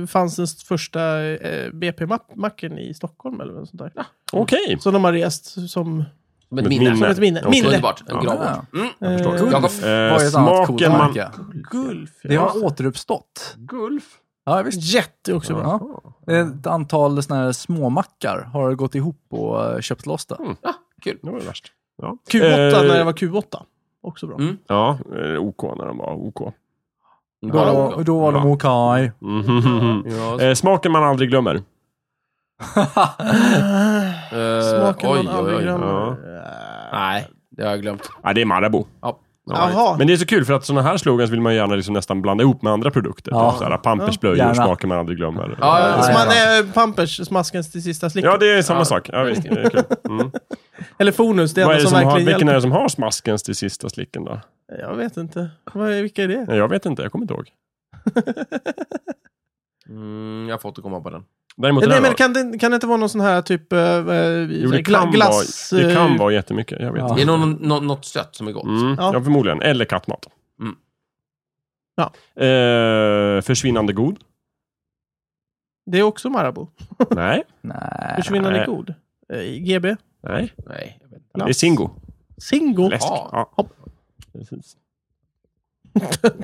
Speaker 1: eh, fanns den första eh, BP-macken i Stockholm eller något sånt där.
Speaker 3: Okej.
Speaker 1: Så de har rest som,
Speaker 4: Som ett
Speaker 3: Ett
Speaker 4: minne.
Speaker 3: minne.
Speaker 1: som ett minne.
Speaker 3: Okej.
Speaker 1: minne.
Speaker 4: Underbart. En
Speaker 3: Ja.
Speaker 4: gravvård. Mm.
Speaker 1: Jag
Speaker 3: förstår.
Speaker 1: Eh,
Speaker 4: Gulf.
Speaker 2: Gulf
Speaker 3: Eh,
Speaker 2: var ju ett annat coolt
Speaker 3: smaken man-
Speaker 2: märke.
Speaker 1: Gulf.
Speaker 2: Det
Speaker 1: ja.
Speaker 2: har återuppstått.
Speaker 3: Gulf.
Speaker 2: Ja, visst.
Speaker 1: Jätte också bra.
Speaker 2: Ja. Ett antal såna här småmackar har gått ihop och eh, köpt loss det.
Speaker 4: Ja, kul.
Speaker 3: Det var det värst. Ja.
Speaker 1: Q8
Speaker 3: Eh,
Speaker 1: när det var Q8. Också bra.
Speaker 4: Mm.
Speaker 3: Ja, eh, OK när de var OK.
Speaker 2: Då, och då var de
Speaker 3: Ja.
Speaker 2: okej.
Speaker 3: Mhm.
Speaker 4: Ja,
Speaker 3: Eh, smaken man aldrig glömmer.
Speaker 4: eh,
Speaker 1: Smaken Eh,
Speaker 4: oj,
Speaker 1: man
Speaker 4: oj,
Speaker 1: aldrig
Speaker 4: oj.
Speaker 1: glömmer.
Speaker 4: Nej, Eh, det har jag glömt.
Speaker 3: Ja, det är Marabou.
Speaker 4: Ja.
Speaker 1: Jaha.
Speaker 3: Men det är så kul för att sådana här slogans vill man ju gärna liksom nästan blanda ihop med andra produkter.
Speaker 2: Ja.
Speaker 3: Typ såhär pampersblöjor,
Speaker 2: Gärna.
Speaker 3: smaker man aldrig glömmer.
Speaker 4: Ja, ja, ja.
Speaker 1: Som
Speaker 2: ja.
Speaker 1: man, eh, Pampers, smaskens till sista slick.
Speaker 3: Ja, det är samma
Speaker 4: Ja.
Speaker 3: sak. Ja, visst, det är kul. Mm.
Speaker 1: Eller Fonus, det
Speaker 3: Vad är
Speaker 1: enda som,
Speaker 3: det som har,
Speaker 1: verkligen
Speaker 3: vilken är
Speaker 1: hjälper.
Speaker 3: det som har smaskens till sista slicken då?
Speaker 1: Jag vet inte. Vad är, vilka är det?
Speaker 3: Nej, Jag vet inte, jag kommer inte ihåg.
Speaker 4: Mm, jag får återkomma på den.
Speaker 3: Däremot
Speaker 1: Nej,
Speaker 3: den här
Speaker 1: men
Speaker 3: var-
Speaker 1: kan det, kan det inte vara någon sån här typ eh, eh,
Speaker 3: jo, det,
Speaker 1: gla-
Speaker 3: kan
Speaker 1: glass?
Speaker 3: vara, det kan
Speaker 1: eh,
Speaker 3: vara jättemycket. Jag vet
Speaker 2: Ja.
Speaker 3: inte.
Speaker 4: Det är någon, någon, något sött som är gott.
Speaker 3: Mm,
Speaker 1: Ja.
Speaker 3: ja. förmodligen. Eller kattmat.
Speaker 4: Mm.
Speaker 1: Ja.
Speaker 3: Eh, försvinnande god?
Speaker 1: Det är också Marabou.
Speaker 3: Nej.
Speaker 2: Nej.
Speaker 1: Försvinnande
Speaker 3: Nej.
Speaker 1: god. Eh, GB.
Speaker 3: Nej.
Speaker 4: Nej, jag vet inte.
Speaker 3: Det är Singo.
Speaker 1: Singo.
Speaker 3: Läsk.
Speaker 4: Ja.
Speaker 3: Ja. Precis.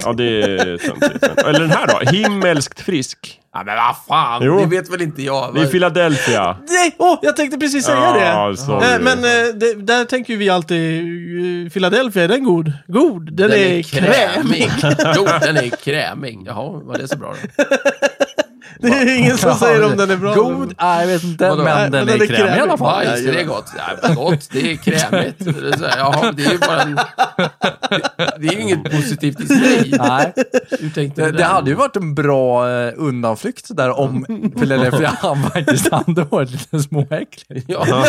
Speaker 3: ja, det är töntigt. Eller den här då? Himmelskt frisk.
Speaker 4: Ja, men vad fan,
Speaker 3: Jo.
Speaker 4: det vet väl inte jag.
Speaker 3: Det är Philadelphia.
Speaker 1: Nej, åh, jag tänkte precis säga det.
Speaker 3: Ja, sorry.
Speaker 1: Eh, men eh, det, där tänker ju vi alltid, eh, Philadelphia, är den god? God, den,
Speaker 4: den
Speaker 1: är, kräm.
Speaker 4: jo, den är krämig. Jaha, var det så bra då?
Speaker 1: Det är ingen som säger om den är bra.
Speaker 2: God? Nej, jag vet inte.
Speaker 4: Vadå?
Speaker 1: Nej,
Speaker 2: Men den är krämig i alla fall.
Speaker 4: Ja, just det, det är gott. Ja, men gott, det är krämigt. Det är så här, Jaha, det är ju bara en... Det- Det är ju inget positivt i sig.
Speaker 2: Nej.
Speaker 4: Hur tänkte
Speaker 2: Det,
Speaker 4: du
Speaker 2: det
Speaker 4: där?
Speaker 2: hade ju varit en bra eh, undanflykt där om Philadelphia faktiskt hade varit lite småäcklig.
Speaker 4: Ja,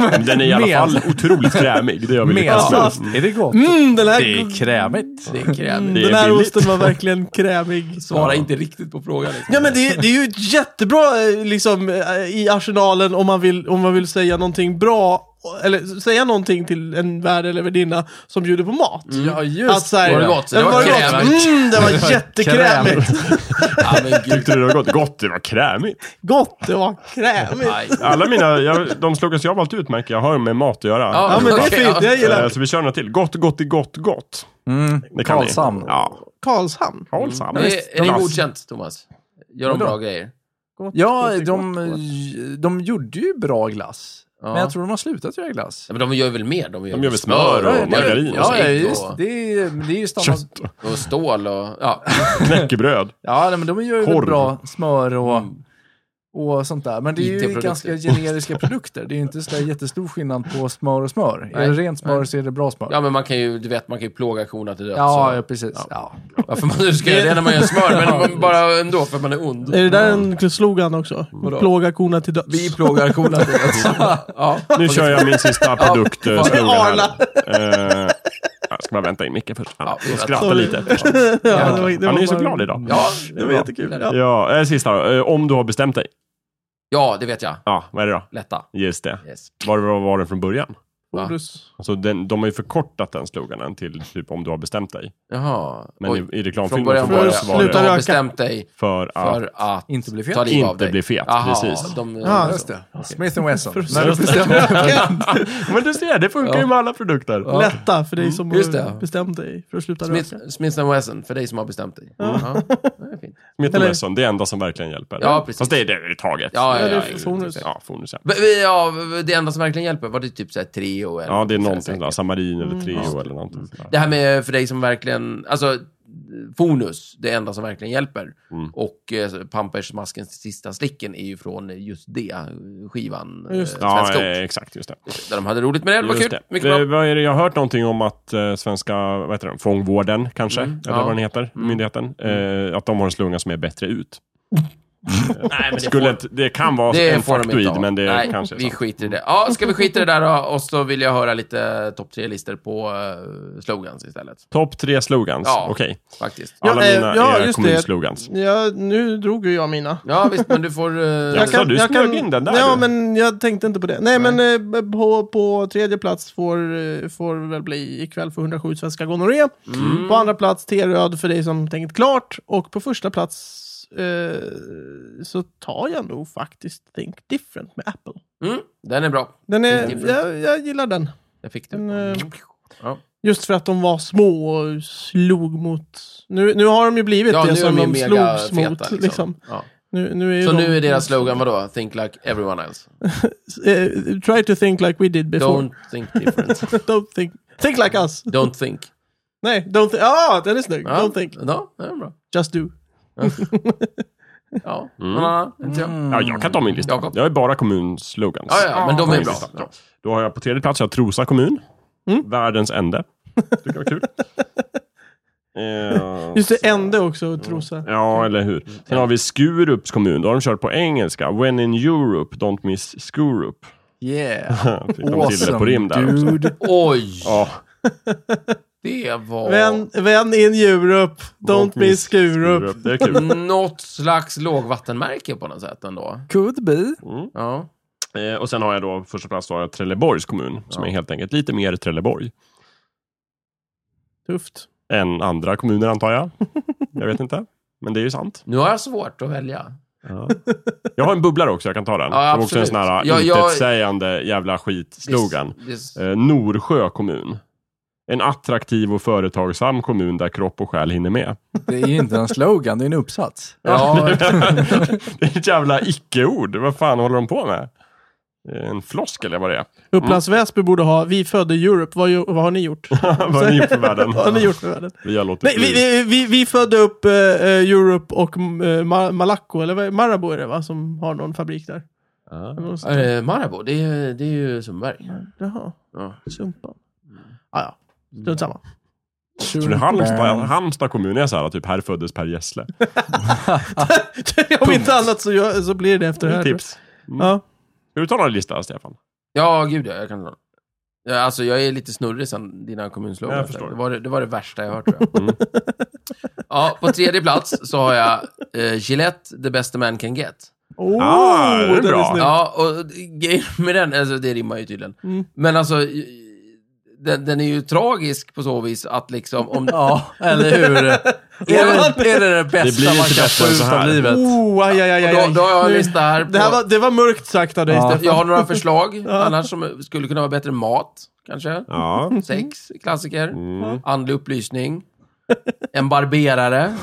Speaker 3: Men den är i alla
Speaker 2: Mes.
Speaker 3: fall otroligt krämig. Det gör vi lyckas med.
Speaker 2: Mesast är det gott.
Speaker 1: Mm, den här,
Speaker 2: Det är krämigt.
Speaker 4: det är
Speaker 1: mm,
Speaker 4: krämigt.
Speaker 3: Det är
Speaker 1: den här
Speaker 3: billigt.
Speaker 1: osten var verkligen krämig.
Speaker 4: Svara inte riktigt på frågan. Liksom.
Speaker 1: Ja men det, är- det är ju ett jättebra eh, liksom, eh, i arsenalen om man, vill, om man vill säga någonting bra, eller säga någonting till en värd eller värdinna som bjuder på mat.
Speaker 2: Ja, just
Speaker 1: Att så Alltså, här,
Speaker 4: Var Mm. det gott?
Speaker 1: Det var, gott.
Speaker 4: krämigt.
Speaker 1: Mm, det var jättekrämigt.
Speaker 4: Ja, men gud.
Speaker 3: Tyckte du det var gott? Gott, det var krämigt.
Speaker 1: Gott, det var krämigt.
Speaker 4: Nej.
Speaker 3: Alla mina, jag, de slogans jag har valt ut märker jag har med mat att göra.
Speaker 1: Ja men det är
Speaker 4: Okej,
Speaker 1: fint,
Speaker 4: ja.
Speaker 1: jag gillar
Speaker 3: Eh,
Speaker 1: det.
Speaker 3: Så vi kör några till. Gott, gott, i gott, gott.
Speaker 2: Mm.
Speaker 3: Det kan ni.
Speaker 2: Karlshamn.
Speaker 3: Ja.
Speaker 1: Karlshamn.
Speaker 3: Karlshamn.
Speaker 4: Det är, är det
Speaker 3: Glass.
Speaker 4: godkänt, Thomas? Gör de
Speaker 2: Vadå?
Speaker 4: bra grejer?
Speaker 1: Gott,
Speaker 2: Ja,
Speaker 1: gott,
Speaker 2: de,
Speaker 1: gott, gott.
Speaker 2: de gjorde ju bra glass.
Speaker 4: Ja.
Speaker 2: Men jag tror de har slutat göra glass.
Speaker 4: Ja, men de gör väl mer? De gör,
Speaker 3: De gör väl smör och
Speaker 4: de gör-
Speaker 3: margarin och
Speaker 4: Ja,
Speaker 2: Ja,
Speaker 4: ja,
Speaker 2: ja,
Speaker 4: ägg
Speaker 2: just
Speaker 4: och,
Speaker 2: det. är- men Det är ju standard.
Speaker 3: Kött,
Speaker 4: och stål och... Ja.
Speaker 3: knäckebröd.
Speaker 2: Ja, nej, men de gör ju
Speaker 3: Korv.
Speaker 2: väl bra smör och,
Speaker 4: Mm.
Speaker 2: och sånt där. Men det är ju
Speaker 4: IT-produkter.
Speaker 2: ganska generiska produkter. Det är ju inte så där jättestor skillnad på smör och smör.
Speaker 4: Nej,
Speaker 2: Är det rent smör så är det bra smör.
Speaker 4: ja, men man kan ju, du vet, man kan ju plåga korna till döds.
Speaker 2: Ja,
Speaker 4: och-
Speaker 2: ja precis. Ja.
Speaker 4: Varför man nu ska göra det när man gör smör, men man bara ändå för att man är ond.
Speaker 1: Är det där en slogan också? Plåga korna till döds.
Speaker 4: Vi plågar korna till döds. Ja.
Speaker 3: Nu kör jag min sista produkt. eh, slogan
Speaker 1: Arla.
Speaker 3: här. Eh, Jag ska bara vänta in Micke först. Han
Speaker 4: Ja,
Speaker 3: skrattar
Speaker 1: sorry.
Speaker 3: lite.
Speaker 1: Ja, det var- det
Speaker 3: Han är
Speaker 1: var
Speaker 3: ju så
Speaker 1: bara-
Speaker 3: glad idag.
Speaker 4: Ja,
Speaker 1: Det var jättekul. Ja.
Speaker 3: Ja, eh, sista då. Eh, Om du har bestämt dig.
Speaker 4: ja, det vet jag.
Speaker 3: Ja, vad är det då?
Speaker 4: Lätta.
Speaker 3: Just det.
Speaker 4: Yes.
Speaker 3: Var var, var den från början?
Speaker 4: Va?
Speaker 1: Orus.
Speaker 3: Alltså den, de har ju förkortat den sloganen till typ om du har bestämt dig.
Speaker 4: Jaha.
Speaker 3: Men i, i reklamfilmen
Speaker 4: från början
Speaker 3: från
Speaker 4: var
Speaker 3: början
Speaker 4: det...
Speaker 3: så var
Speaker 1: Sluta
Speaker 4: du
Speaker 3: det
Speaker 1: röka.
Speaker 4: har bestämt dig
Speaker 3: för att...
Speaker 4: för att
Speaker 2: Inte bli fet.
Speaker 4: ta liv av
Speaker 3: Inte
Speaker 4: dig.
Speaker 3: bli fet,
Speaker 4: Jaha,
Speaker 3: precis.
Speaker 4: De,
Speaker 1: Ja,
Speaker 2: Just det. Smith Wesson.
Speaker 1: För-
Speaker 2: När du bestämmer
Speaker 3: Men du ser, det funkar ju med alla produkter.
Speaker 1: Lätta för dig som
Speaker 4: Mm. Just
Speaker 1: har
Speaker 4: det.
Speaker 1: bestämt dig för att sluta röka.
Speaker 4: Smith, Smith Wesson, för dig som har bestämt dig. Ja. Ja, det är fint.
Speaker 3: Metamesson, det är enda som verkligen hjälper.
Speaker 4: Ja, precis.
Speaker 3: Fast det är det i taget.
Speaker 4: Ja, ja,
Speaker 1: Ja, det
Speaker 4: ja.
Speaker 1: är fornus.
Speaker 3: Ja, fornus, ja.
Speaker 4: B- b- Ja, det enda som verkligen hjälper, var det typ såhär Treo? Eller
Speaker 3: ja, det är
Speaker 4: något
Speaker 3: någonting
Speaker 4: sånt
Speaker 3: där.
Speaker 4: här
Speaker 3: Samarin eller Treo
Speaker 4: Mm.
Speaker 3: eller någonting. sådär.
Speaker 4: säkert. Det här med för dig som verkligen, alltså Fonus, det enda som verkligen hjälper.
Speaker 3: Mm.
Speaker 4: Och eh, Pampersmaskens sista slicken är ju från just det, eh, skivan. eh,
Speaker 1: Just det.
Speaker 4: Svenska
Speaker 3: Ja,
Speaker 4: ord.
Speaker 3: eh, exakt. Just det.
Speaker 4: Där de hade roligt med det, det var
Speaker 3: Just
Speaker 4: kul.
Speaker 3: det.
Speaker 4: Mycket
Speaker 3: Eh,
Speaker 4: bra.
Speaker 3: Vad är det? Jag har hört någonting om att eh, svenska vad heter den? fångvården, kanske,
Speaker 4: Mm,
Speaker 3: eller
Speaker 4: ja.
Speaker 3: vad den heter,
Speaker 4: Mm.
Speaker 3: myndigheten, eh, att de har en slunga som är bättre ut.
Speaker 4: Nej, men
Speaker 3: Skulle inte, det kan vara en
Speaker 4: får de inte ha.
Speaker 3: faktoid, men det
Speaker 4: Nej,
Speaker 3: kanske är
Speaker 4: vi
Speaker 3: sant.
Speaker 4: skiter i det. Ja, ska vi skita i det där då? Och så vill jag höra lite topp tre-listor på eh, slogans istället.
Speaker 3: Topp tre slogans.
Speaker 4: Ja.
Speaker 3: Okej.
Speaker 4: Faktiskt.
Speaker 1: Ja,
Speaker 3: Alla
Speaker 1: eh,
Speaker 3: mina
Speaker 1: ja, just
Speaker 3: är
Speaker 1: det.
Speaker 3: kommunslogans.
Speaker 1: Ja, nu drog ju jag mina.
Speaker 4: Ja, visst, men du får... eh,
Speaker 3: Jag kan- du smög in den där,
Speaker 1: Ja,
Speaker 3: du.
Speaker 1: men jag tänkte inte på det. Nej, men eh, på, på tredje plats får, eh, får väl bli ikväll för 107 svenska gonorré.
Speaker 4: Mm.
Speaker 1: På andra plats T-röd för dig som tänkt klart. Och på första plats eh, så tar jag nog faktiskt Think Different med Apple.
Speaker 4: Mm, den är bra.
Speaker 1: Den
Speaker 4: Think
Speaker 1: är,
Speaker 4: Different.
Speaker 1: jag, jag gillar den.
Speaker 4: Jag fick Mm.
Speaker 1: den
Speaker 4: den.
Speaker 1: eh,
Speaker 4: Ja.
Speaker 1: Just för att de var små och slog mot... Nu, nu har de ju blivit
Speaker 4: Ja,
Speaker 1: det
Speaker 4: nu är
Speaker 1: som
Speaker 4: de ju
Speaker 1: de
Speaker 4: mega
Speaker 1: slogs
Speaker 4: feta.
Speaker 1: mot.
Speaker 4: Liksom.
Speaker 1: Liksom.
Speaker 4: Ja.
Speaker 1: Nu, nu är ju
Speaker 4: Så
Speaker 1: de,
Speaker 4: nu är deras slogan vadå? Think like everyone else.
Speaker 1: Eh, try to think like we did before.
Speaker 4: Don't think different.
Speaker 1: Don't think. Think like us.
Speaker 4: Don't think.
Speaker 1: Nej, don't think. Ah, den är snygg.
Speaker 4: Ja,
Speaker 1: Don't think.
Speaker 4: Ja, det är bra.
Speaker 1: Just do.
Speaker 4: Ja, någon annan? Inte jag.
Speaker 3: Ja, jag kan ta min lista.
Speaker 4: Mm. Jakob.
Speaker 3: Jag är bara kommunslogans.
Speaker 4: Ja, ja, men de är bra.
Speaker 3: Ja. Då har jag på tredje plats jag har Trosa kommun.
Speaker 1: Mm.
Speaker 3: Världens ände. Tycker jag var kul. Eh,
Speaker 1: Just det, ände också,
Speaker 3: Mm.
Speaker 1: Trosa.
Speaker 3: Ja, eller hur. Sen har vi Skurups kommun. Då har de kört på engelska. When in Europe, don't miss Skurup.
Speaker 2: Yeah.
Speaker 3: Fick de till det på rim där också.
Speaker 2: dude.
Speaker 4: Oj!
Speaker 3: Ja,
Speaker 4: Det var...
Speaker 1: Vän, vän in Europe, don't miss Skurup.
Speaker 3: Det är kul.
Speaker 4: Något slags lågvattenmärke på något sätt ändå.
Speaker 2: Could be.
Speaker 4: Ja.
Speaker 3: Mm. Eh, och sen har jag då, första plats då har jag Trelleborgs kommun, som
Speaker 4: Ja.
Speaker 3: är helt enkelt lite mer Trelleborg
Speaker 1: Tufft.
Speaker 3: än andra kommuner antar jag. jag vet inte, men det är ju sant.
Speaker 4: Nu har jag svårt att välja.
Speaker 3: Jag har en bubblare också, jag kan ta den.
Speaker 4: Ja,
Speaker 3: som också är en sån
Speaker 4: absolut.
Speaker 3: här
Speaker 4: Ja, jag-
Speaker 3: intetsägande jävla skit-slogan.
Speaker 4: Visst, visst.
Speaker 3: Eh, Norsjö kommun. En attraktiv och företagsam kommun där kropp och själ hinner med.
Speaker 2: Det är ju inte en slogan, det är en uppsats.
Speaker 4: Ja,
Speaker 3: det är ett jävla icke-ord. Vad fan håller de på med? Eh, En flosk eller vad det är.
Speaker 1: Upplands Väsby borde ha Vi födde Europe. Vad, ju- vad har ni gjort?
Speaker 3: vad har ni gjort för världen?
Speaker 1: vad har ni gjort för världen?
Speaker 3: Vi har låtit
Speaker 1: Nej, vi,
Speaker 3: bli.
Speaker 1: vi, vi, vi födde upp eh, eh, Europe och eh, Ma- Malacco, eller vad- Marabou är det va? Som har någon fabrik där.
Speaker 3: Ja.
Speaker 1: Eller något sånt.
Speaker 4: Eh, Marabou, det är, det är ju Sundberg.
Speaker 1: Mm. Jaha,
Speaker 4: Ja.
Speaker 1: sumpan.
Speaker 3: Mm.
Speaker 1: Ah, ja, strunt samma.
Speaker 3: Tror du Halmstad, Halmstad kommun är så här, typ här föddes Per Gessle.
Speaker 1: Om inte annat så, gör- så blir det efter det här.
Speaker 3: Tips.
Speaker 1: Ja.
Speaker 3: Ska du ta någon lista, Stefan?
Speaker 4: Ja, gud ja, jag kan dra. Ja, alltså, jag är lite snurrig sen dina kommunslogan.
Speaker 3: Jag förstår.
Speaker 4: Det var det, det var det värsta jag hört, tror jag.
Speaker 2: Mm.
Speaker 4: Ja, på tredje plats så har jag eh, Gillette, the best a man can get.
Speaker 1: Oh,
Speaker 3: Ah, det är
Speaker 1: den
Speaker 3: bra.
Speaker 1: snygg.
Speaker 4: Ja, och grejen med den, alltså det rimmar ju tydligen.
Speaker 1: Mm.
Speaker 4: Men alltså, den, den är ju tragisk på så vis att liksom om...
Speaker 2: Ja, eller hur? är, det, är det det bästa
Speaker 3: Det blir
Speaker 2: man
Speaker 3: inte
Speaker 2: kan
Speaker 3: bättre
Speaker 2: få
Speaker 3: än så
Speaker 2: ut
Speaker 3: här.
Speaker 2: av livet?
Speaker 1: Oh, aj, aj, aj, aj.
Speaker 4: Då, då har jag en
Speaker 1: Nu-
Speaker 4: lista här. På,
Speaker 1: det, här var, det var mörkt sagt av dig,
Speaker 2: Ja.
Speaker 1: Stefan.
Speaker 4: Jag har några förslag annars som skulle kunna vara bättre. Mat, kanske.
Speaker 3: Ja.
Speaker 4: Sex, klassiker.
Speaker 3: Mm.
Speaker 4: Andlig upplysning. En barberare.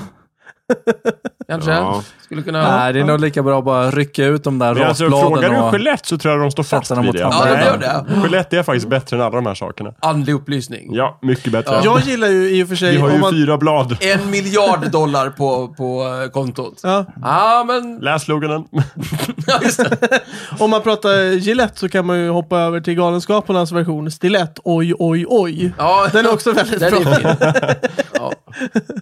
Speaker 4: Kanske.
Speaker 3: Ja.
Speaker 4: Skulle kunna...
Speaker 2: Nej, det är nog lika bra att bara rycka ut de där
Speaker 3: Men alltså, frågar
Speaker 2: rasbladen
Speaker 3: du
Speaker 2: och...
Speaker 3: Skellefteå så tror jag de står fast
Speaker 2: Sätta dem
Speaker 3: vid
Speaker 2: mot
Speaker 3: det.
Speaker 2: tanden.
Speaker 4: Ja, de gör det.
Speaker 3: Skellefteå är faktiskt bättre än alla de här sakerna.
Speaker 4: Andlig upplysning.
Speaker 3: Ja, mycket bättre.
Speaker 1: Jag gillar ju i och för sig...
Speaker 3: Vi har
Speaker 1: om
Speaker 3: ju
Speaker 1: man,
Speaker 3: fyra blad.
Speaker 4: En miljard dollar på, på eh, kontot. Ja,
Speaker 1: ja,
Speaker 4: ah, men...
Speaker 3: Läs sloganen.
Speaker 4: Ja, just det.
Speaker 1: om man pratar Gillette så kan man ju hoppa över till Galenskaparnas version, Stilett, oj, oj, oj.
Speaker 4: Ja,
Speaker 1: Den är också väldigt
Speaker 4: den
Speaker 1: bra.
Speaker 4: är fin. Ja.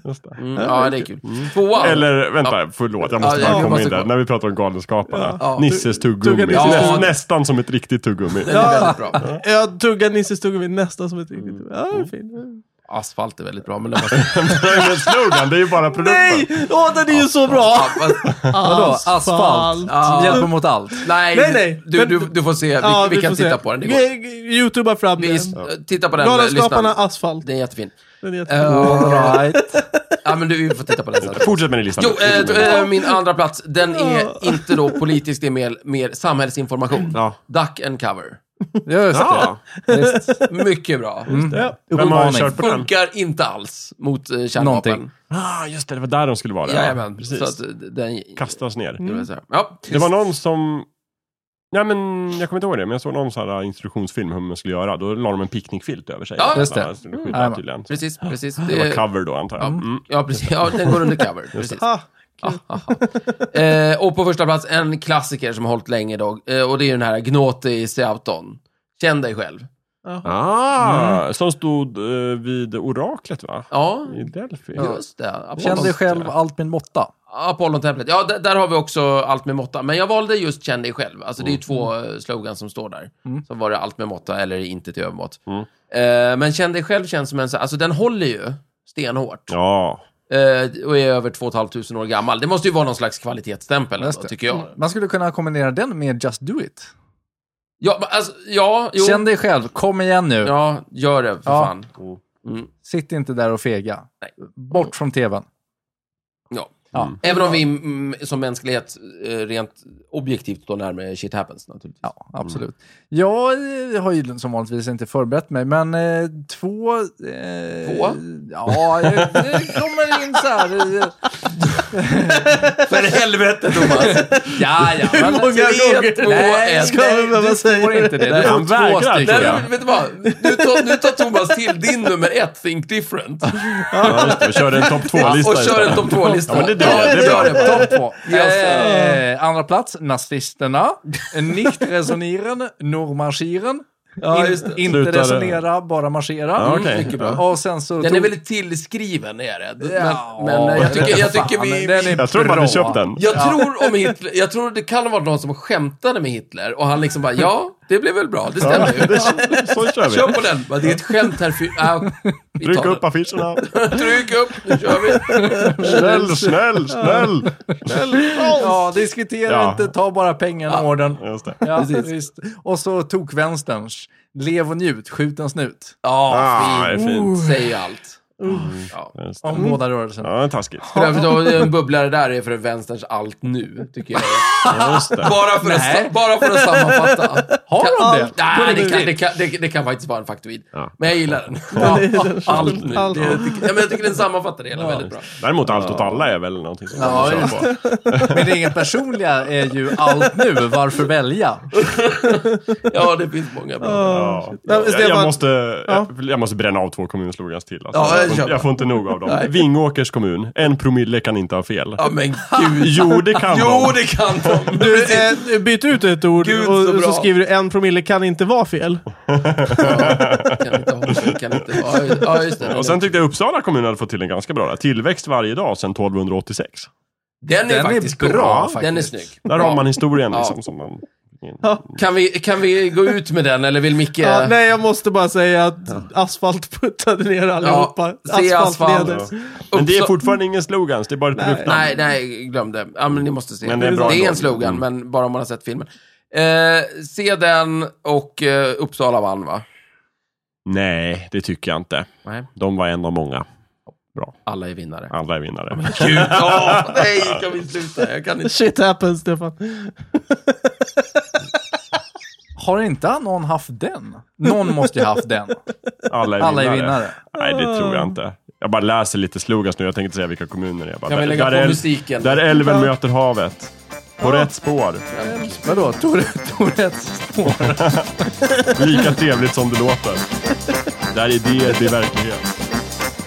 Speaker 3: Just det.
Speaker 4: Mm, ja, det är kul. Tvåan.
Speaker 3: Eller vänta, förlåt. Jag måste
Speaker 4: Ja,
Speaker 3: bara
Speaker 4: ja,
Speaker 3: komma
Speaker 4: måste
Speaker 3: in där.
Speaker 4: gå.
Speaker 3: När vi pratar om Galenskaparna.
Speaker 4: Ja.
Speaker 3: Nisses
Speaker 1: Tugga
Speaker 3: tuggummi.
Speaker 1: Nisses
Speaker 3: Nä-
Speaker 4: tuggummi.
Speaker 3: Nästan som ett riktigt tuggummi.
Speaker 4: Den är väldigt bra.
Speaker 1: Jag tuggar Nisses tuggummi nästan som ett riktigt...
Speaker 3: Mm.
Speaker 1: Ja, det är fin.
Speaker 4: Asfalt är väldigt bra, men den var...
Speaker 3: Men slogan, det är ju bara
Speaker 1: Nej!
Speaker 3: produkten.
Speaker 1: Åh, den är ju så
Speaker 4: Ja,
Speaker 1: bra!
Speaker 4: fast-
Speaker 2: Vadå? Asfalt?
Speaker 4: Ja.
Speaker 2: Hjälper mot allt.
Speaker 4: nej,
Speaker 1: Nej, nej.
Speaker 4: Du, du, du får se. Vi,
Speaker 1: Ja,
Speaker 4: vi,
Speaker 1: vi
Speaker 4: kan
Speaker 1: får se.
Speaker 4: titta på den. Det går.
Speaker 1: Vi- vi- Youtuba fram
Speaker 4: Vi,
Speaker 1: den.
Speaker 4: eh, titta på den,
Speaker 1: Galenskaparna,
Speaker 4: lyssna.
Speaker 1: asfalt.
Speaker 4: Det är jättefin.
Speaker 1: Den är jättebra.
Speaker 4: Eh,
Speaker 2: Right.
Speaker 4: ja, men du, vi får titta på den sen.
Speaker 3: Fortsätt med din lista.
Speaker 4: Jo,
Speaker 3: nu.
Speaker 4: eh, t- eh, min andra plats, den är inte då politisk, det är mer, mer samhällsinformation.
Speaker 3: Ja.
Speaker 4: Duck and cover.
Speaker 2: Ja, just det.
Speaker 3: Ja,
Speaker 2: Just.
Speaker 4: Mycket bra.
Speaker 2: Mm.
Speaker 1: Ja.
Speaker 3: vem har
Speaker 2: Uppmaning.
Speaker 3: kört på den?
Speaker 4: Funkar inte alls mot eh, kärnvapen.
Speaker 2: Någonting.
Speaker 3: Ah, just det, det var där de skulle vara.
Speaker 4: Jajamän,
Speaker 3: precis.
Speaker 4: precis. Så att Mm. eh, den...
Speaker 3: Kastas ner.
Speaker 4: Det var så här. Ja,
Speaker 3: Mm. Det var någon som... Ja, men jag kommer inte ihåg det, men jag såg någon sån här instruktionsfilm hur man skulle göra. Då la de en picknickfilt över sig.
Speaker 4: Ja,
Speaker 3: Så
Speaker 2: just det.
Speaker 3: man skulle skydda
Speaker 2: Mm.
Speaker 3: tydligen.
Speaker 4: precis, precis.
Speaker 3: Det var
Speaker 4: Det,
Speaker 3: cover då, antar jag. Mm.
Speaker 4: ja, precis. Ja, den går under cover. Precis.
Speaker 1: Ah,
Speaker 4: Ah, ah, ah. eh, och på första plats, en klassiker som har hållit länge då. Eh, och det är den här Gnåti Seauton. Känn dig själv.
Speaker 1: jaha.
Speaker 3: Ah, som stod eh, vid oraklet, va?
Speaker 4: Ja,
Speaker 3: I Delphi.
Speaker 4: just det.
Speaker 2: Känn
Speaker 4: Apollon-
Speaker 2: dig själv, allt min måtta.
Speaker 4: Apollontemplet. Ja, där, där har vi också allt med måtta. Men jag valde just känn dig själv. Alltså det är ju två eh, slogans som står där.
Speaker 2: Mm.
Speaker 4: Så var det allt med måtta eller inte till övermått.
Speaker 3: Mm.
Speaker 4: Eh, men känn dig själv känns som en så alltså den håller ju stenhårt.
Speaker 3: Ja.
Speaker 4: Eh, och är över 2 500 år gammal. Det måste ju vara någon slags kvalitetsstämpel
Speaker 2: Just
Speaker 4: ändå,
Speaker 2: det. Mm.
Speaker 4: tycker jag.
Speaker 2: Man skulle kunna kombinera den med Just Do It.
Speaker 4: Ja, men alltså, ja, jo.
Speaker 2: Känn dig själv, kom igen nu.
Speaker 4: Ja, gör det för
Speaker 2: Ja.
Speaker 4: fan. Mm.
Speaker 2: Sitt inte där och fega.
Speaker 4: Nej.
Speaker 2: Bort från tvn.
Speaker 4: Ja.
Speaker 2: Ja.
Speaker 3: Mm.
Speaker 4: Även om vi mm, som mänsklighet eh, rent objektivt står närmare shit happens naturligtvis.
Speaker 2: Ja, absolut. Jag eh, har ju som vanligtvis inte förberett mig, men eh, två... Eh,
Speaker 4: Två?
Speaker 2: Ja, det det kommer in så här. i-
Speaker 4: För helvete Thomas! ja, ja.
Speaker 1: Hur många
Speaker 4: tre,
Speaker 1: gånger?
Speaker 4: två,
Speaker 1: Nej,
Speaker 4: ett.
Speaker 1: ska vi behöva
Speaker 2: du
Speaker 1: säga
Speaker 2: får
Speaker 1: det?
Speaker 2: inte det.
Speaker 4: Nej,
Speaker 2: Du
Speaker 3: han
Speaker 2: får två
Speaker 3: vägrar.
Speaker 2: stycken.
Speaker 4: Nej,
Speaker 3: Ja.
Speaker 4: men vet du vad? Nu tar, nu tar Thomas till din nummer ett, Think Different.
Speaker 3: ja, just det. Och körde en topp två-lista.
Speaker 4: och kör en topp två-lista.
Speaker 3: Ja, men det duger. Det är
Speaker 4: gör
Speaker 3: bra.
Speaker 4: det.
Speaker 2: Topp två.
Speaker 4: Yes.
Speaker 2: Eh, andra plats, nazisterna. Nicht resonieren, nur marschieren.
Speaker 4: Ja,
Speaker 2: In-
Speaker 4: just det.
Speaker 2: inte
Speaker 3: Slutade.
Speaker 2: resonera, bara marschera.
Speaker 3: Ja, okej.
Speaker 2: Mm, Och sen så...
Speaker 4: Den
Speaker 2: tog-
Speaker 4: är väldigt tillskriven, är det.
Speaker 2: Ja,
Speaker 4: men men eh, jag tycker, jag tycker
Speaker 2: fan,
Speaker 4: vi...
Speaker 2: den är
Speaker 3: Jag tror de hade
Speaker 2: bra.
Speaker 3: köpt den.
Speaker 4: Jag tror om Hitler, jag tror det kan ha varit någon som skämtade med Hitler och han liksom bara ja, det blev väl bra, det stämmer ju.
Speaker 3: Så kör
Speaker 4: Kör
Speaker 3: vi.
Speaker 4: på den. Bara, Det är ett skämt här. För, ah, vi
Speaker 3: Tryck
Speaker 4: tar
Speaker 3: upp affischerna.
Speaker 4: den. Tryck upp, nu kör vi.
Speaker 3: Snäll, snäll, snäll.
Speaker 2: Ja, diskutera
Speaker 3: Ja.
Speaker 2: inte, ta bara pengarna och orden.
Speaker 3: Just det.
Speaker 2: Ja, visst. Och så tog vänsterns. Lev och njut, skjut en snut.
Speaker 4: Ja,
Speaker 3: Ah, det är
Speaker 4: fint.
Speaker 3: fint. Mm.
Speaker 4: Säger allt. Ja.
Speaker 3: Just det.
Speaker 2: Om
Speaker 4: Mm.
Speaker 2: båda rörelserna.
Speaker 3: Ja, det är taskigt.
Speaker 4: För övrigt, då, det är en bubblare där är för vänsterns allt nu, tycker jag.
Speaker 3: Just det.
Speaker 4: Bara för,
Speaker 2: Nej.
Speaker 4: att, bara för att sammanfatta.
Speaker 2: Har de det?
Speaker 4: Nej, det kan, det, kan, det, det kan faktiskt vara en faktoid.
Speaker 3: Ja.
Speaker 4: Men jag gillar den. Allt nu.
Speaker 1: Allt.
Speaker 4: Det, jag, tycker, ja, men jag tycker den sammanfattar det hela väldigt bra.
Speaker 3: Däremot allt åt alla är väl någonting som
Speaker 2: Ja,
Speaker 3: man kör
Speaker 2: just
Speaker 3: på.
Speaker 2: Min egen personliga är ju allt nu, varför välja?
Speaker 4: Ja, det finns många bra.
Speaker 3: Ja.
Speaker 1: Nej,
Speaker 3: Jag, jag,
Speaker 1: Stefan.
Speaker 3: måste, jag, jag måste bränna av två kommunslogans till. Alltså.
Speaker 4: Ja, jag
Speaker 3: jag, får,
Speaker 4: köper.
Speaker 3: jag får inte nog av dem. Vingåkers kommun, en promille kan inte ha fel.
Speaker 4: Ja, men gud.
Speaker 3: Jo, det kan
Speaker 4: Jo,
Speaker 3: de.
Speaker 4: det kan de.
Speaker 1: Du, eh, byt ut ett ord
Speaker 4: Gud, så
Speaker 1: och så,
Speaker 4: bra.
Speaker 1: skriver du en promille kan inte vara fel.
Speaker 4: kan inte ha, kan inte ha. Ja, just det.
Speaker 3: Och sen tyckte jag Uppsala kommun hade fått till en ganska bra där. Tillväxt varje dag sedan 1286.
Speaker 4: den är
Speaker 2: Den är
Speaker 4: faktiskt
Speaker 2: bra,
Speaker 4: bra.
Speaker 2: faktiskt.
Speaker 4: Den är snygg.
Speaker 3: Där
Speaker 4: Bra.
Speaker 3: har man historien liksom.
Speaker 4: Ja.
Speaker 3: Som man,
Speaker 4: Kan vi, kan vi gå ut med den, eller vill Micke...
Speaker 1: Ja, nej, jag måste bara säga att asfalt puttade ner allihopa.
Speaker 4: Ja, se asfalt.
Speaker 1: leder.
Speaker 3: ja. Men det är fortfarande ingen slogans, det är bara ett produktnamn.
Speaker 4: Nej, nej, glöm det. Ja, men ni måste se.
Speaker 3: Men det är bra ändå.
Speaker 4: en slogan,
Speaker 3: Mm.
Speaker 4: men bara om man har sett filmen. Eh, se den och eh, Uppsala vann, va?
Speaker 3: Nej, det tycker jag inte.
Speaker 4: Nej,
Speaker 3: De var en av många.
Speaker 4: alla är vinnare.
Speaker 3: Alla är vinnare.
Speaker 4: Gud, ja, nej, kan vi sluta? Jag kan inte.
Speaker 1: Shit happens, Stefan.
Speaker 2: Har inte någon haft den? Någon måste ju haft den.
Speaker 3: Alla är vinnare.
Speaker 2: Alla är vinnare.
Speaker 3: Nej, det tror jag inte. Jag bara läser lite slogans nu. Jag tänkte säga vilka kommuner det är. Bara,
Speaker 4: Kan vi lägga på
Speaker 3: äl-
Speaker 4: musiken?
Speaker 3: Där älven möter havet. På rätt spår.
Speaker 2: Vadå? Tog du- tog du ett spår?
Speaker 3: Lika trevligt som det låter. Där idéer blir verklighet.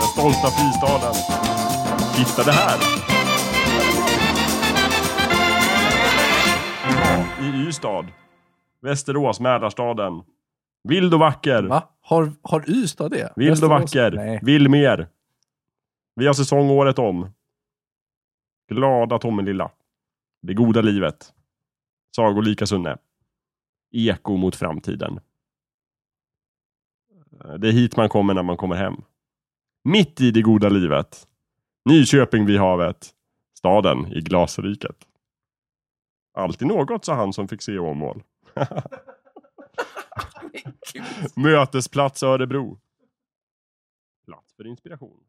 Speaker 3: Den stolta fristaden. Titta det här! i Ystad. Västerås, Mälarstaden. Vild och vacker.
Speaker 2: Va? Har, har Ystad det?
Speaker 3: Vild och
Speaker 2: Västerås?
Speaker 3: vacker.
Speaker 2: Nej.
Speaker 3: Vill mer. Vi har säsong året om. Glada Tommelilla. Det goda livet. Sagolika Sunne. Eko mot framtiden. Eh, Det är hit man kommer när man kommer hem. Mitt i det goda livet. Nyköping vid havet. Staden i glasriket. Alltid något, sa han som fick se Åmål. Mötesplats Örebro. Plats för inspiration.